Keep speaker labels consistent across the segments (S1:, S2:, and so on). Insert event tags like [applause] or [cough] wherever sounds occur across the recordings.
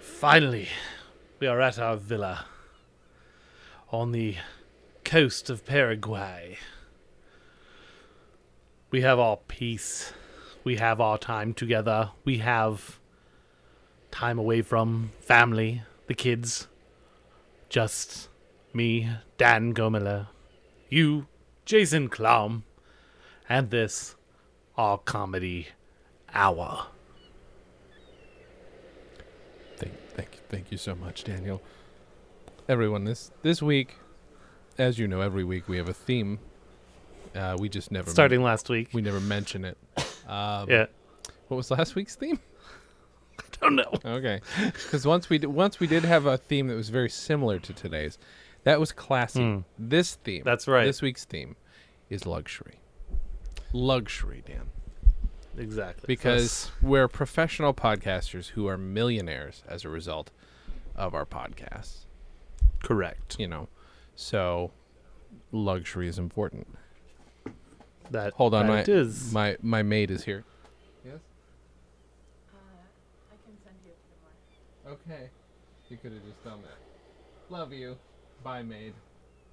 S1: Finally, we are at our villa on the coast of Paraguay. We have our peace. We have our time together. We have time away from family, the kids. Just me, Dan Gomela, you, Jason Klum, and this, our comedy hour.
S2: Thank, thank, thank you so much, Daniel. Everyone, this this week, as you know, every week we have a theme. Uh, we just never men-
S1: Starting last week.
S2: we never mention it. Um,
S1: yeah.
S2: What was last week's theme?
S1: [laughs] Oh no.
S2: Okay, because once we d- once we did have a theme that was very similar to today's. That was classy. This theme.
S1: Hmm. That's right.
S2: This week's theme is luxury. Luxury, Dan.
S1: Exactly.
S2: because we're professional podcasters who are millionaires as a result of our podcasts
S1: That's correct.
S2: you know so luxury is important
S1: That
S2: hold on
S1: that
S2: my
S1: it is.
S2: my my maid is here yes
S3: Uh, I can send you a
S2: okay you could have just done that love you bye maid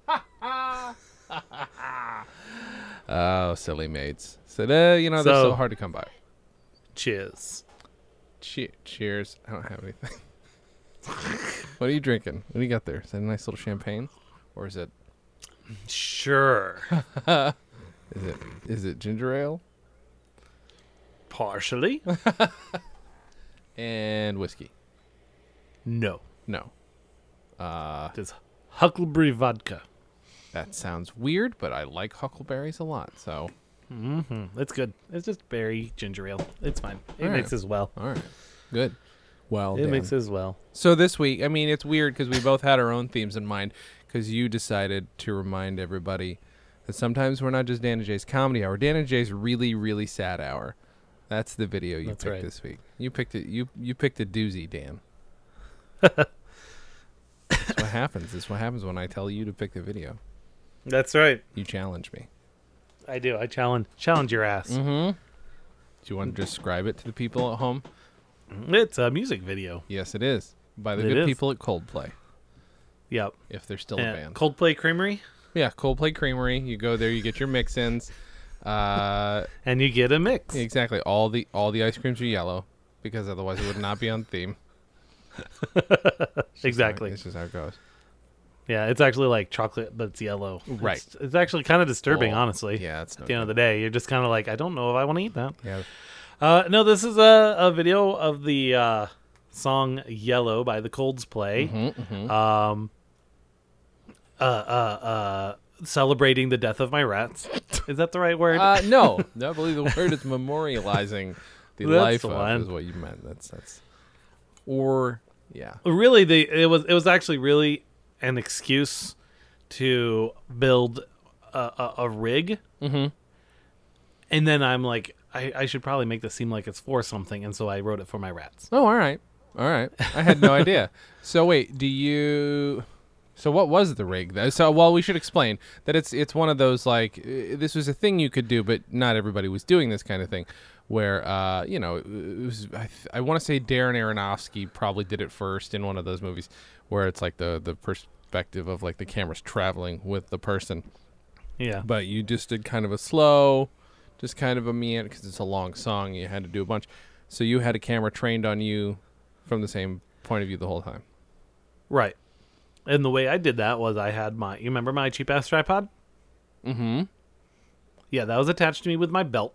S2: [laughs] oh silly maids so uh, you know they're so
S1: So-
S2: hard to come by
S1: Cheers.
S2: che- cheers i don't have anything [laughs] what are you drinking what do you got there is that a nice little champagne or is it
S1: Sure.
S2: [laughs] Is it is it ginger ale
S1: Partially.
S2: and whiskey?
S1: No.
S2: No, Ah.
S1: It is Huckleberry vodka.
S2: that sounds weird, but I like huckleberries a lot. So
S1: It's good. It's just berry ginger ale. It's fine. It
S2: Alright.
S1: mixes well.
S2: all right, good. Well,
S1: It
S2: Dan.
S1: mixes well.
S2: so this week, I mean, it's weird because we both had our own themes in mind because you decided to remind everybody that sometimes we're not just Dan and Jay's comedy hour. Dan and Jay's really really sad hour. That's the video you
S1: That's
S2: picked
S1: right.
S2: this week. You picked it. You you picked a doozy,
S1: [laughs]
S2: Dan. That's what happens. That's what happens when I tell you to pick the video.
S1: That's right.
S2: You challenge me.
S1: I do. I challenge challenge your ass.
S2: Mm-hmm. Do you want to describe it to the people at home?
S1: It's a music video.
S2: Yes, it is. By the
S1: It
S2: good
S1: is.
S2: people at Coldplay,
S1: Yep.
S2: if they're still a
S1: And
S2: band.
S1: Coldplay Creamery,
S2: yeah, Coldplay Creamery. You go there, you get your mix-ins. Uh,
S1: and you get a mix.
S2: exactly. All the all the ice creams are yellow because otherwise it would not be on theme.
S1: [laughs] exactly.
S2: This is how it goes.
S1: yeah, it's actually like chocolate, but it's yellow.
S2: Right.
S1: It's, it's actually kind of disturbing,
S2: Oh,
S1: honestly.
S2: yeah, it's
S1: At
S2: no
S1: the end of the day, you're just kind of like, I don't know if I want to eat that.
S2: Yeah.
S1: Uh, no, this is a, a video of the uh, song "Yellow" by the Coldplay, um, uh, uh, uh, celebrating the death of my rats. Is that the right word?
S2: Uh, no, no, I believe the word is memorializing the
S1: That's
S2: life
S1: the
S2: of
S1: one.
S2: is what you meant. That's that's or yeah.
S1: really, they it was it was actually really an excuse to build a, a, a rig, mm-hmm. and then I'm like, I, I should probably make this seem like it's for something, and so I wrote it for my rats.
S2: [laughs] Oh, all right, all right. I had no idea. So wait, do you? So what was the rig though? So well, we should explain that it's it's one of those like uh, this was a thing you could do, but not everybody was doing this kind of thing. Where uh, you know it was, I, th- I want to say Darren Aronofsky probably did it first in one of those movies, where it's like the the perspective of like the camera's traveling with the person
S1: Yeah,
S2: but you just did kind of a slow, just kind of a meander because it's a long song. You had to do a bunch, so you had a camera trained on you from the same point of view the whole time.
S1: right. And the way I did that was I had my you remember my cheap ass tripod.
S2: Mm-hmm.
S1: Yeah, that was attached to me with my belt.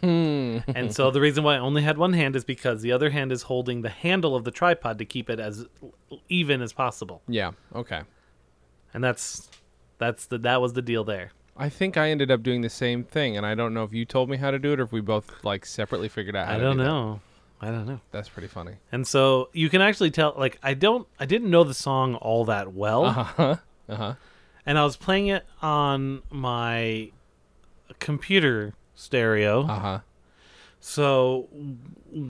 S1: and so the reason why I only had one hand is because the other hand is holding the handle of the tripod to keep it as l- even as possible.
S2: Yeah. Okay.
S1: And that's that's the that was the deal there.
S2: I think I ended up doing the same thing, and I don't know if you told me how to do it or if we both like separately figured out. How
S1: I
S2: to
S1: don't
S2: do that.
S1: know. I don't know.
S2: That's pretty funny.
S1: And so you can actually tell like I don't I didn't know the song all that well.
S2: Uh huh. Uh huh.
S1: And I was playing it on my computer stereo.
S2: Uh huh.
S1: So w-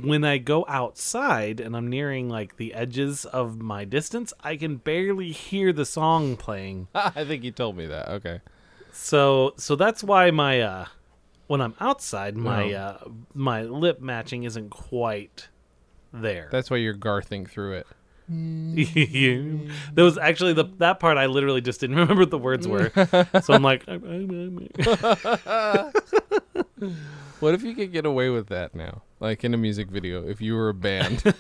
S1: when I go outside and I'm nearing like the edges of my distance, I can barely hear the song playing.
S2: [laughs] I think you told me that. Okay.
S1: So so that's why my uh when I'm outside, my
S2: Oh.
S1: uh my lip matching isn't quite there.
S2: That's why you're garthing through it.
S1: [laughs] there was actually the that part I literally just didn't [laughs] remember what the words were, so I'm [laughs] like,
S2: What if you could get away with that now? Like in a music video, if you were
S1: [laughs]
S2: a band,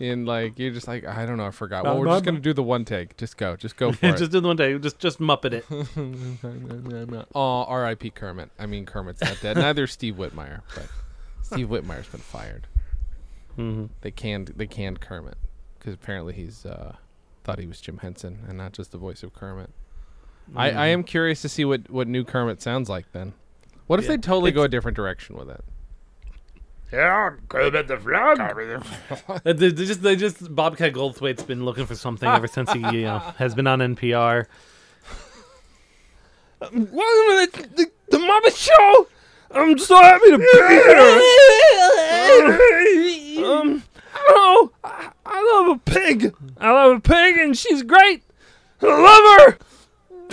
S2: and like you're just like, I don't know, I forgot. Well, we're just gonna do the one take. Just go,
S1: [laughs]
S2: just go for
S1: just
S2: it.
S1: did the one day, just just muppet
S2: [laughs]
S1: it.
S2: Oh, R.I.P. Kermit. I mean, Kermit's not dead. Neither is Steve Whitmire, but Steve Whitmire's been fired.
S1: Mhm.
S2: They canned they canned Kermit because apparently he's uh, thought he was Jim Henson and not just the voice of Kermit. I, I am curious to see what what new Kermit sounds like. Then, what if
S1: Yeah.
S2: they totally go a different direction with it?
S3: Yeah, Kermit the Frog.
S1: Uh, They, they just, they just Bobcat Goldthwait's been looking for something ever since he you know, has been on NPR.
S2: Welcome to the, the, the Mama Show. I'm so happy to be
S1: [laughs]
S2: here. um, I don't know. I, I love a pig. I love a pig, and she's great. I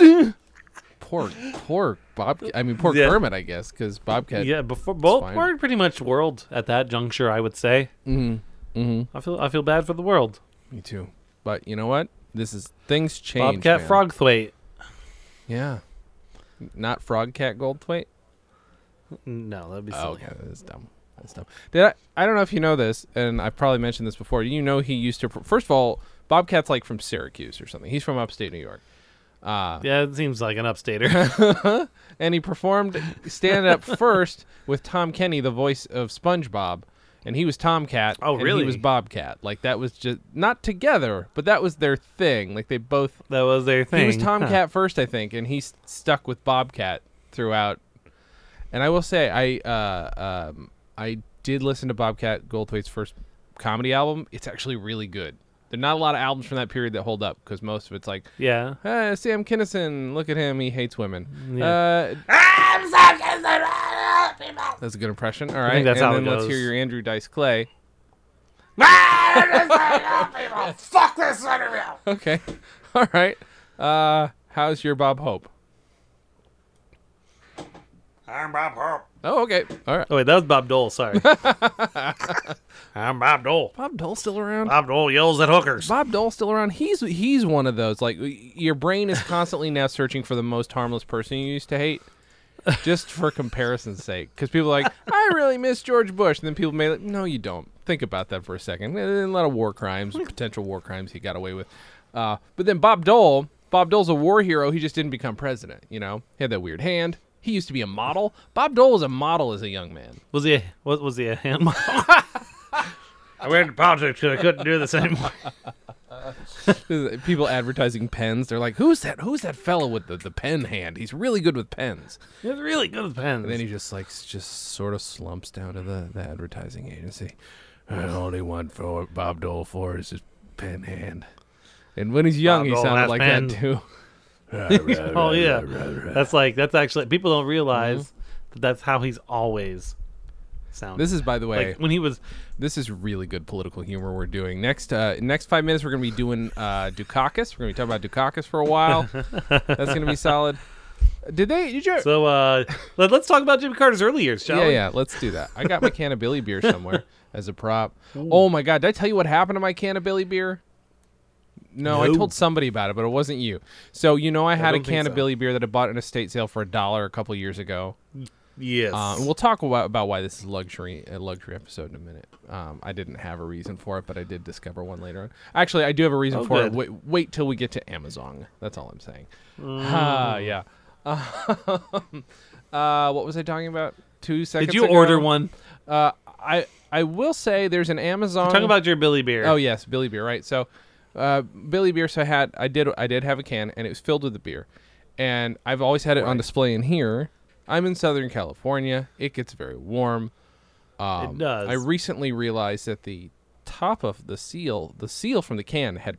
S2: love her. [laughs] poor, poor Bob. I mean, poor
S1: Yeah.
S2: Kermit, I guess, because Bobcat.
S1: Yeah, before both
S2: fine.
S1: were pretty much world at that juncture, I would say.
S2: Mhm. Mhm.
S1: I feel I feel bad for the world.
S2: Me too. But you know what? This is things change.
S1: Bobcat
S2: man.
S1: Frogthwaite.
S2: Yeah. Not Frogcat Goldthwait.
S1: No, that'd be silly.
S2: Oh, okay, that's dumb. That's dumb. Did I? I don't know if you know this, and I've probably mentioned this before. You know, he used to. pr- First of all, Bobcat's like from Syracuse or something. He's from upstate New York,
S1: Yeah, it seems like an upstater. [laughs]
S2: and he performed stand up first with Tom Kenny, the voice of SpongeBob, and he was Tomcat.
S1: Oh,
S2: and
S1: really?
S2: He was Bobcat. Like that was just not together, but that was their thing. Like they both
S1: that was their thing.
S2: He was
S1: Huh.
S2: Tomcat first, I think, and he s- stuck with Bobcat throughout. And I will say, I uh, um, I did listen to Bobcat Goldthwait's first comedy album. It's actually really good. There are not a lot of albums from that period that hold up because most of it's like,
S1: Yeah.
S2: uh, Sam Kinison, look at him, he hates
S1: Mm,
S2: women. Uh, that's a good impression. All right,
S1: that's
S2: and
S1: how
S2: then
S1: it
S2: let's hear
S1: goes.
S2: your Andrew Dice Clay. [laughs]
S3: Fuck this interview.
S2: Okay, [laughs] all right. Uh, how's your Bob Hope?
S3: I'm Bob Hope.
S2: Oh, okay, all right.
S1: Oh wait, that was Bob Dole.
S2: [laughs]
S1: Sorry. I'm Bob Dole.
S2: Bob Dole's still around.
S1: Bob Dole yells at hookers.
S2: Bob Dole's still around. He's he's one of those like your brain is constantly now searching for the most harmless person you used to hate, just for comparison's sake. Because people are like, I really miss George Bush, and then people may like, no, you don't. Think about that for a second. And then a lot of war crimes, potential war crimes he got away with. Uh, but then Bob Dole, Bob Dole's a war hero. He just didn't become president. You know, he had that weird hand. He used to be a model. Bob Dole was a model as a young man.
S1: Was he? A, was was he a hand? [laughs] I went into politics because I couldn't do this anymore. [laughs]
S2: People advertising pens, they're like, "Who's that? Who's that fellow with the, the pen hand? He's really good with pens."
S1: He was really good with pens.
S2: And then he just like s- just sort of slumps down to the, the advertising agency. And all they want for Bob Dole for is his pen hand. And when he's young,
S1: Bob
S2: he
S1: Dole
S2: sounded
S1: has
S2: like
S1: pen.
S2: that too. [laughs]
S1: oh yeah, that's like that's actually people don't realize that that's how he's always sounded.
S2: Mm-hmm. This is, by the way,
S1: like when he was
S2: this is really good political humor we're doing. Next, uh, next five minutes, we're gonna be doing uh, Dukakis. We're gonna be talking about Dukakis for
S1: [laughs]
S2: a while. That's gonna be solid. Did they? Did you?
S1: so. uh let, us talk about Jimmy Carter's early years, shall
S2: yeah,
S1: we?
S2: yeah, let's do that. I got
S1: [laughs]
S2: my can of Billy beer somewhere as a prop. Oh my god, did I tell you what happened to my can of Billy beer? No, I
S1: No.
S2: told somebody about it, but it wasn't you. So you know, I had a
S1: don't think
S2: can of
S1: so.
S2: Billy beer that I bought at an estate sale for a dollar a couple years ago.
S1: Yes.
S2: Um, and we'll talk about, about why this is luxury a luxury episode in a minute. Um, I didn't have a reason for it, but I did discover one later on. Actually, I do have a reason
S1: Oh,
S2: for it.
S1: good.
S2: Wait, wait till we get to Amazon. That's all I'm saying. Ah,
S1: Mm.
S2: yeah. [laughs] uh, what was I talking about? Two seconds.
S1: Did you
S2: ago?
S1: order one?
S2: Uh, I I will say there's an Amazon.
S1: Talking about your Billy Beer.
S2: Um, oh yes, Billy beer, right? So, uh, Billy beer. So I had I did I did have a can and it was filled with the beer, and I've always had it on display in here. I'm in Southern California. It gets very warm. Um,
S1: it does.
S2: I recently realized that the top of the seal, the seal from the can, had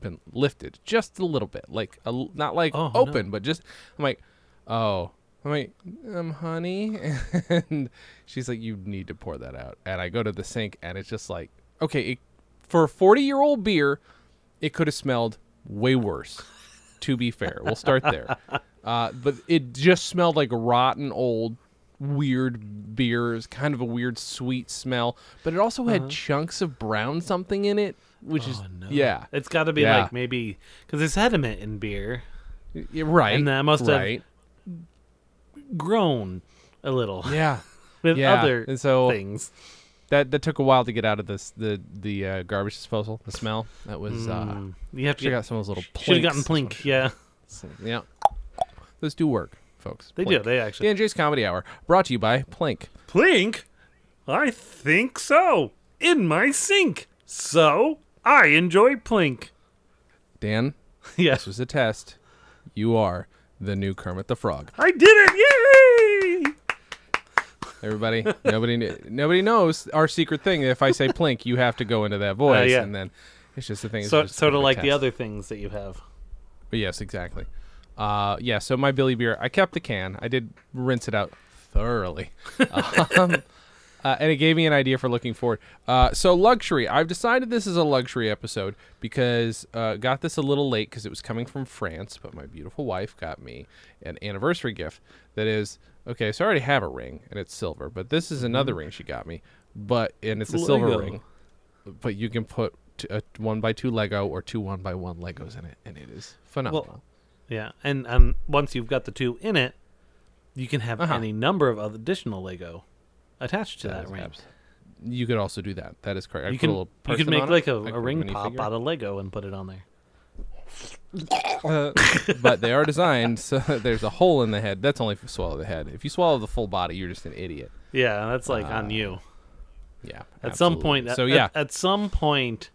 S2: been lifted just a little bit, like a, l- not like
S1: Oh, no.
S2: open, but just. I'm like, oh, I'm like, um, honey, [laughs] and she's like, you need to pour that out. And I go to the sink, and it's just like, okay, it, for a 40 year old beer, it could have smelled way worse.
S1: [laughs]
S2: To be fair, we'll start there. Uh, but it just smelled like rotten old weird beers, kind of a weird sweet smell, but it also
S1: Uh-huh.
S2: had chunks of brown something in it, which
S1: Oh,
S2: is yeah,
S1: It's got to be
S2: Yeah.
S1: like maybe because there's sediment in beer,
S2: Yeah, right.
S1: And that must have-
S2: right.
S1: grown a little
S2: yeah.
S1: with
S2: yeah,
S1: other
S2: and so-
S1: things.
S2: That that took a while to get out of this the the uh, garbage disposal. The smell that was uh,
S1: Mm, you have to
S2: should have got
S1: get,
S2: some of those little
S1: should have
S2: plinks.
S1: gotten plink. Yeah,
S2: Yeah, those do work, folks.
S1: they do.
S2: Plink.
S1: They actually
S2: Dan J's Comedy Hour brought to you by Plink.
S1: plink. I think so. In my sink. So I enjoy
S2: [laughs]
S1: plink.
S2: Dan,
S1: Yes,
S2: this was a test. You are the new Kermit the Frog.
S1: I did it. Yay!
S2: Everybody, nobody, kn- nobody knows our secret thing. If I say Plink, you have to go into that voice,
S1: Uh, yeah.
S2: and then it's just the thing. it's
S1: So
S2: just
S1: sort
S2: a
S1: of like the
S2: test.
S1: other things that you have.
S2: But yes, exactly. Uh, yeah, so my Billy beer, I kept the can. I did rinse it out thoroughly. um, uh, and it gave me an idea for looking forward. Uh, so, luxury. I've decided this is a luxury episode because uh, got this a little late because it was coming from France, but my beautiful wife got me an anniversary gift that is okay, so I already have a ring and it's silver, but this is another ring she got me, but and it's a silver
S1: Lego.
S2: ring, but you can put t- a one by two Lego or two one by one Legos in it, and it is phenomenal.
S1: Yeah, and um, once you've got the two in it, you can have
S2: Uh-huh.
S1: any number of other additional Lego attached to
S2: That
S1: that,
S2: is
S1: ring.
S2: abs- you could also do that. That is correct. I
S1: You
S2: put a
S1: can
S2: little
S1: you
S2: person
S1: can make
S2: on it,
S1: like a,
S2: like
S1: a ring pop
S2: minifigure.
S1: out of Lego and put it on there.
S2: Uh, [laughs] but they are designed so [laughs] that there's a hole in the head. That's only if you swallow the head. If you swallow the full body, you're just an idiot.
S1: Yeah, that's like
S2: Ah.
S1: on you.
S2: Yeah.
S1: At some
S2: absolutely.
S1: point,
S2: So
S1: at,
S2: yeah, Mm-hmm.
S1: at, some point,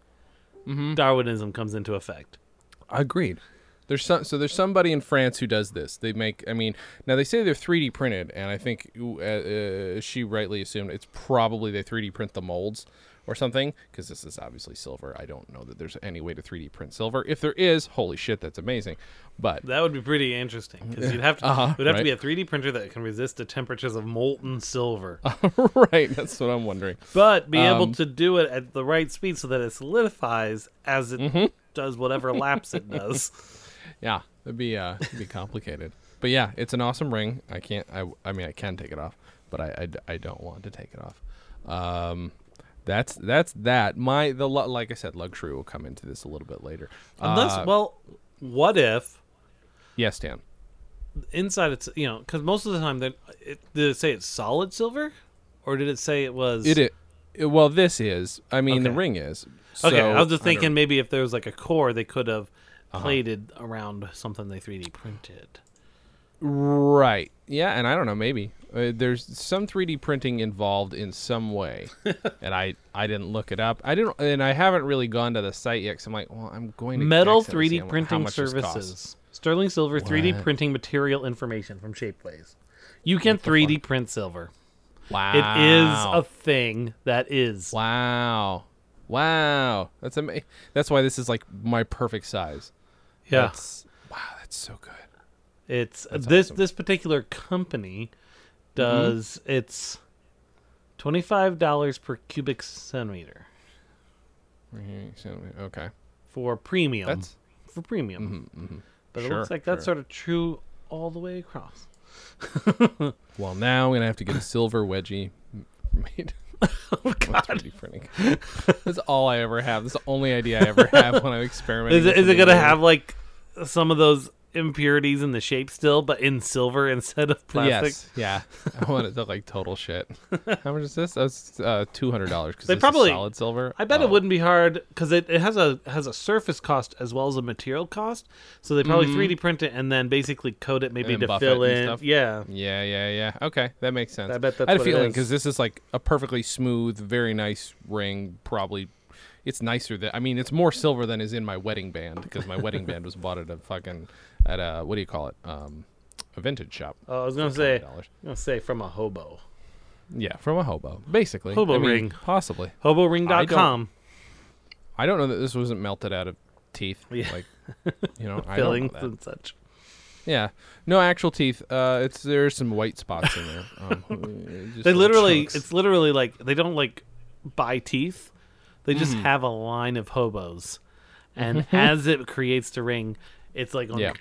S1: Darwinism comes into effect.
S2: agreed. There's some, so there's somebody in France who does this. They make. I mean, now they say they're 3D printed, and I think uh, uh, she rightly assumed it's probably they 3D print the molds or something because this is obviously silver. I don't know that there's any way to 3D print silver. If there is, holy shit, that's amazing. But
S1: That would be pretty interesting because you'd have to
S2: Uh-huh,
S1: it would have to be
S2: right.
S1: a 3D printer that can resist the temperatures of molten silver,
S2: [laughs] right, that's what I'm wondering.
S1: but be
S2: Uh, um,
S1: able to do it at the right speed so that it solidifies as it
S2: Mm-hmm.
S1: does whatever laps it
S2: [laughs]
S1: does.
S2: Yeah, it'd be uh, it'd be complicated. But yeah, it's an awesome ring. I can't. I, I mean, I can take it off, but I, I d- I don't want to take it off. Um, that's that's that. My the lu- like I said, luxury will come into this a little bit later.
S1: Unless,
S2: Uh,
S1: well, what if
S2: yes, Dan.
S1: inside it's you know because most of the time then it, did it say it's solid silver, or did it say it was
S2: It, it, it- well, this is. I mean, the
S1: Okay.
S2: ring is.
S1: Okay,
S2: So, Uh-huh.
S1: I was just
S2: don't
S1: thinking maybe if there was like a core, they could have plated around something they 3D printed.
S2: Right. Yeah, and I don't know. Maybe uh, there's some 3D printing involved in some way,
S1: [laughs]
S2: and I I didn't look it up. I didn't, and I haven't really gone to the site yet. Cause I'm like, well, I'm going to
S1: Metal
S2: accidentally see
S1: 3D
S2: how mu- how
S1: printing
S2: much this costs.
S1: services. Sterling Silver 3D
S2: What?
S1: printing material information from Shapeways. You can 3D print silver.
S2: Wow.
S1: It is a thing that is.
S2: wow. Wow. That's amazing. That's why this is like my perfect size.
S1: Yeah.
S2: That's, wow, that's so good.
S1: It's this this particular company
S2: Mm-hmm.
S1: does it's $25 per cubic centimeter
S2: Okay.
S1: for premium.
S2: That's
S1: for premium. But it
S2: Sure,
S1: looks like that's
S2: sure.
S1: sort of true all the way across.
S2: well. Now I'm gonna have to get a silver wedgie m- made.
S1: [laughs] Oh,
S2: That's 3D printing. That's all I ever have. That's the only idea I ever have when I'm experimenting.
S1: Is it,
S2: with
S1: is it
S2: something
S1: gonna
S2: new.
S1: have like some of those impurities in the shape still, but in silver [laughs] instead of plastic?
S2: Yes. Yeah. I want it to like total shit.
S1: [laughs]
S2: How much is this? That's uh, two hundred dollars.
S1: They
S2: They
S1: probably-
S2: probably solid silver.
S1: I bet
S2: Oh,
S1: it wouldn't be hard because it, it has a has a surface cost as well as a material cost. So they probably 3D print it and then basically coat Mm-hmm. it maybe
S2: And
S1: to
S2: buff
S1: fill
S2: it and
S1: in.
S2: stuff?
S1: Yeah,
S2: Yeah, yeah, yeah. Okay, that makes sense.
S1: I bet that's
S2: I had a
S1: what it
S2: feeling
S1: is.
S2: because this is like a perfectly smooth, very nice ring. Probably, it's nicer than. I mean, it's more silver than is in my wedding band because my wedding band was bought at a fucking at a what do you call it? Um, a vintage shop.
S1: oh, I was gonna say, I was
S2: $20.
S1: gonna say from a hobo.
S2: Yeah, from a hobo, basically.
S1: Hobo
S2: I mean,
S1: ring.
S2: possibly. I
S1: Hoboring.com.
S2: don't- I don't know that this wasn't melted out of teeth.
S1: Yeah.
S2: Like,
S1: [laughs]
S2: you know, I don't know
S1: fillings
S2: that.
S1: and such.
S2: Yeah, no actual teeth. Uh, it's there's some white spots in there. Um, [laughs] just
S1: They
S2: little
S1: literally,
S2: chunks.
S1: it's literally like they don't like buy teeth. They just
S2: Mm-hmm.
S1: have a
S2: [laughs]
S1: line of hobos, and as it creates the ring, it's like on
S2: yeah,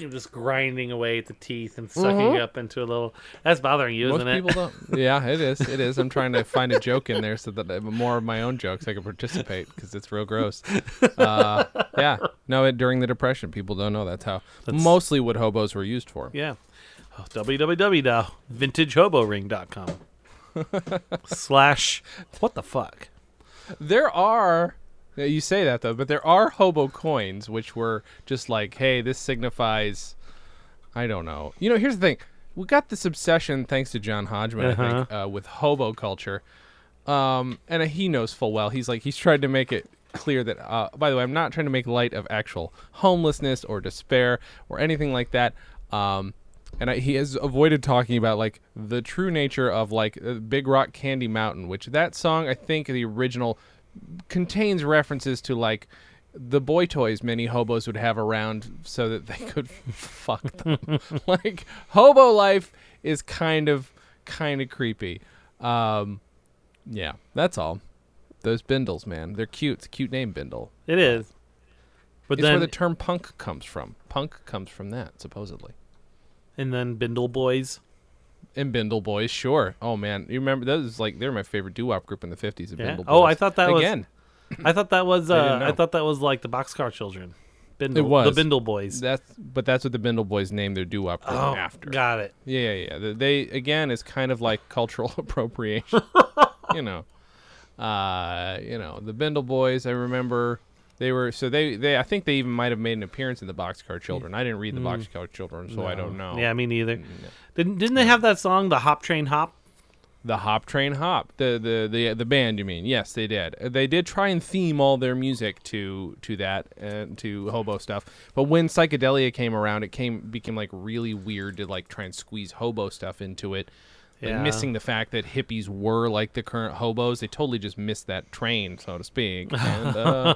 S1: You're [laughs] just grinding away at the teeth and sucking it up into a little. That's bothering you,
S2: Mm-hmm. Most
S1: isn't it?
S2: people don't. Yeah, it is. It is. I'm trying to find a joke in there so that I have more of my own jokes I can participate because it's real gross. Uh, yeah. No, it, during the Depression, people don't know that's how mostly what hobos were used for.
S1: [laughs] Yeah. Oh,
S2: [laughs]
S1: www.vintagehoboring.com slash what the fuck?
S2: There are. yeah, You say that though, but there are hobo coins which were just like, hey, this signifies. I don't know. You know, here's the thing. We got this obsession thanks to John Hodgman, I think, uh, with hobo culture. Um, and uh, he knows full well. He's like, he's tried to make it clear that, uh, by the way, I'm not trying to make light of actual homelessness or despair or anything like that. Um, and I, he has avoided talking about like the true nature of like uh, Big Rock Candy Mountain, which that song, I think, the original contains references to like the boy toys many hobos would have around so that they could [laughs] fuck
S1: [laughs]
S2: them. like hobo life is kind of kind of creepy. Um, yeah, that's all. Those bindles, man, they're cute. It's a cute name, bindle.
S1: It is. But
S2: It's
S1: then
S2: where the term punk comes from. Punk comes from that, supposedly.
S1: and then Bindle Boys.
S2: And Bindle Boys, sure. Oh man, you remember those? Like they were my favorite doo-wop group in the fifties.
S1: Yeah.
S2: Bindle Boys.
S1: Oh, I thought that was-
S2: again.
S1: I thought that was
S2: I didn't
S1: uh, I,
S2: know.
S1: thought that was like the Boxcar Children. Bindle,
S2: was.
S1: the Bindle Boys.
S2: That's but that's what the Bindle Boys named their doo-wop group
S1: oh,
S2: after.
S1: got it.
S2: Yeah, yeah, yeah. They- They again is kind of like cultural [laughs] appropriation. you know, uh, you know the Bindle Boys. I remember they were so they they I think they even might have made an appearance in the Boxcar Children. I didn't read the Boxcar Children, so I don't know.
S1: Yeah, me
S2: Mm,
S1: neither. Didn't didn't they have that song, the Hop Train Hop?
S2: The Hop Train Hop, the the the the band. You mean? Yes, they did. Uh, They did try and theme all their music to to that and to hobo stuff. But when psychedelia came around, it came became like really weird to like try and squeeze hobo stuff into it. Like
S1: Yeah.
S2: missing the fact that hippies were like the current hobos, they totally just missed that train, so to
S1: [laughs]
S2: speak. And, uh,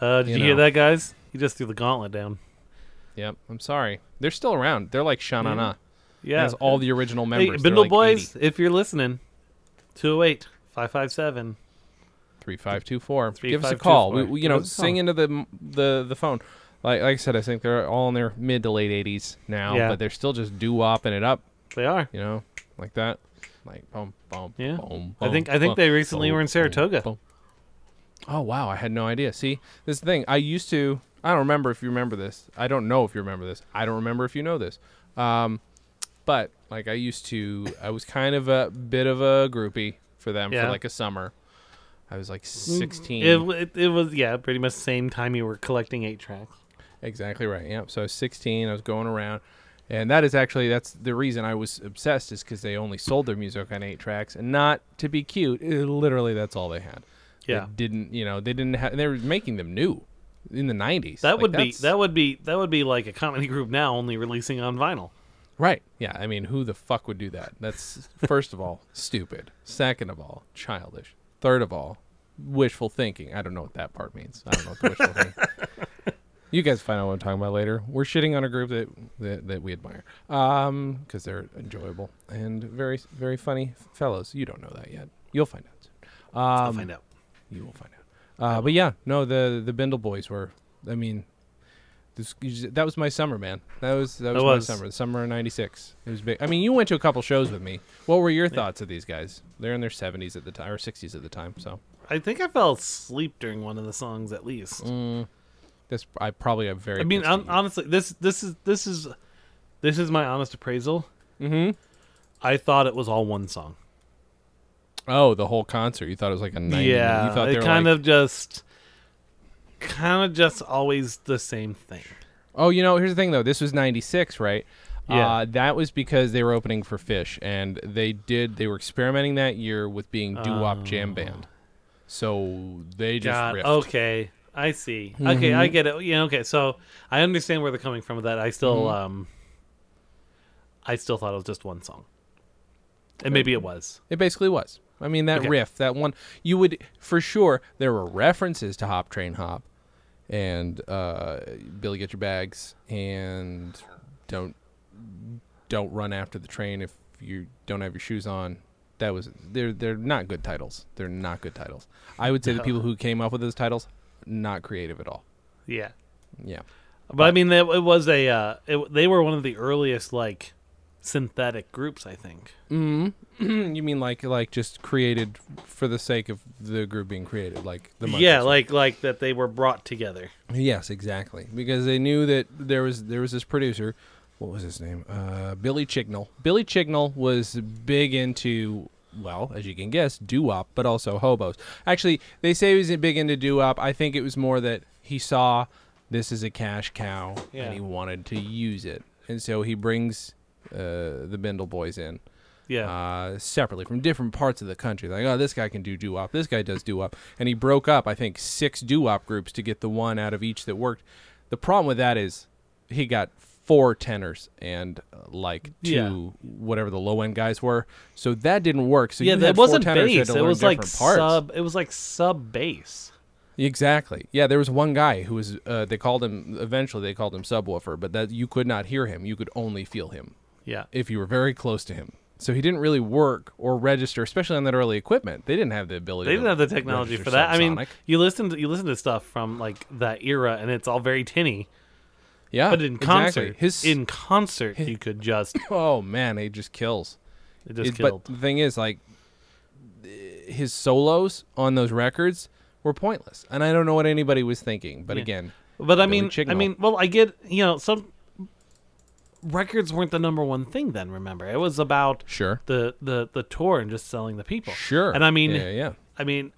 S1: Uh, did you,
S2: You
S1: hear
S2: know.
S1: that, guys? You just threw the gauntlet down.
S2: yep, I'm sorry. They're still around. They're like Sha Na Na.
S1: Yeah,
S2: That's all the original
S1: Hey,
S2: members. They're
S1: Bindle
S2: like
S1: Boys, if you're listening, 208 557
S2: three five two four.
S1: Three,
S2: Give us a
S1: five, two,
S2: call.
S1: four.
S2: We, we-
S1: Give
S2: you know,
S1: us a call.
S2: sing into the the the phone. Like like I said, I think they're all in their mid to late eighties now,
S1: Yeah.
S2: but they're still just doo wopping it up.
S1: They are.
S2: You know, like that, like boom boom.
S1: Yeah.
S2: boom,
S1: I think
S2: boom,
S1: I think
S2: boom,
S1: they recently
S2: boom,
S1: were in
S2: boom,
S1: Saratoga.
S2: boom. Oh wow, I had no idea. See, this is the thing. I used to. I don't remember if you remember this. I don't know if you remember this. I don't remember if you know this. Um, but like I used to, I was kind of a bit of a groupie for them
S1: Yeah. Mm,
S2: for like a summer. I was like sixteen.
S1: It, w- it, it was yeah, pretty much the same time you were collecting eight tracks.
S2: Exactly right. Yeah. So I was 16. I was going around, and that is actually that's the reason I was obsessed is because they only sold their music on eight tracks and not to be cute. It- literally, that's all they had. They
S1: Yeah.
S2: didn't you know they didn't have they were making them new in the 90s.
S1: That
S2: Like,
S1: would be
S2: that's-
S1: that would be that would be like a comedy group now only releasing on vinyl.
S2: right. Yeah. I mean, who the fuck would do that? That's first of all stupid. Second of all childish. Third of all wishful thinking. I don't know what that part means. I don't know what the wishful thinking. You guys find out what I'm talking about later. We're shitting on a group that that, that we admire because they're enjoyable and very very funny fellows. You don't know that yet. You'll find out. Soon. Um,
S1: I'll find out.
S2: You will find out. Uh, but yeah, no, the the Bindle boys were. I mean, this you just- that was my summer, man. That was that was,
S1: was.
S2: my summer. The summer of '96. It was big. I mean, you went to a couple shows with me. What were your thoughts of these guys? They're in their 70s at the time or 60s at the time. So
S1: I think I fell asleep during one of the songs at least.
S2: Mm. this I probably have very.
S1: I mean,
S2: pissed at
S1: hon-
S2: you.
S1: honestly, this this is this is this is my honest appraisal. Mm-hmm. I thought it was all one song.
S2: Oh, the whole concert. You thought it was like a night.
S1: yeah,
S2: You thought they
S1: it
S2: were
S1: kind
S2: like,
S1: of just kind of just always the same thing.
S2: Oh, you know, here's the thing though. This was '96, right?
S1: Yeah.
S2: Uh, that was because they were opening for Fish, and they did. They were experimenting that year with being doo-wop jam band. So they just
S1: God,
S2: riffed.
S1: Oh.
S2: Mm-hmm.
S1: okay, I see. Okay, I get it. Yeah, okay. So I understand where they're coming from with that. I still,
S2: Mm-hmm.
S1: um, I still thought it was just one song, and maybe it was.
S2: It basically was. I mean, that
S1: Okay.
S2: riff, that one, you would for sure. There were references to Hop Train Hop, and uh, Billy Get Your Bags, and don't don't run after the train if you don't have your shoes on. That was they're they're not good titles. They're not good titles.
S1: [laughs]
S2: I would say the people who came up with those titles, not creative at all.
S1: Yeah.
S2: Yeah.
S1: But I mean, it, it was a uh, it, they were one of the earliest like synthetic groups, I think.
S2: you mean like like just created for the sake of the group being created, like the monkeys
S1: yeah,
S2: were.
S1: like like that they were brought together.
S2: yes, exactly, because they knew that there was there was this producer, what was his name, uh, Billy Chignall. Billy Chignall was big into well, as you can guess, doo wop, but also hobos. Actually, they say he was big into doo wop. I think it was more that he saw this as a cash cow
S1: Yeah.
S2: and he wanted to use it, and so he brings uh, the Bindle Boys in.
S1: Yeah,
S2: uh, separately from different parts of the country. Like, oh, this guy can do doo wop, this guy does doo wop, and he broke up I think six doo wop groups to get the one out of each that worked. The problem with that is he got four tenors and uh, like two
S1: Yeah.
S2: whatever the low end guys were, so that didn't work. So
S1: yeah,
S2: you
S1: that
S2: had four
S1: wasn't
S2: tenors, you had
S1: bass.
S2: to
S1: It
S2: learn
S1: was like
S2: different parts.
S1: sub. It was like sub bass.
S2: Exactly. Yeah, there was one guy who was. Uh, they called him eventually. They called him subwoofer, but that you could not hear him. You could only feel him
S1: Yeah,
S2: if you were very close to him. So he didn't really work or register, especially on that early equipment. They didn't have the ability.
S1: they
S2: to
S1: didn't have the technology
S2: register
S1: for that. I mean,
S2: subsonic.
S1: you listen to you listen to stuff from like that era, and it's all very tinny.
S2: yeah,
S1: But in
S2: exactly.
S1: concert,
S2: his
S1: in concert, you could just
S2: oh man, he just kills.
S1: it just
S2: It-
S1: killed.
S2: But the thing is, like, th- his solos on those records were pointless, and I don't know what anybody was thinking. But
S1: Yeah.
S2: again,
S1: But I
S2: Billy
S1: mean, I
S2: Chignall.
S1: mean, well, I get you know some records weren't the number one thing then. Remember, it was about
S2: sure,
S1: the the the tour and just selling the people.
S2: sure,
S1: and I mean,
S2: yeah, yeah,
S1: I mean,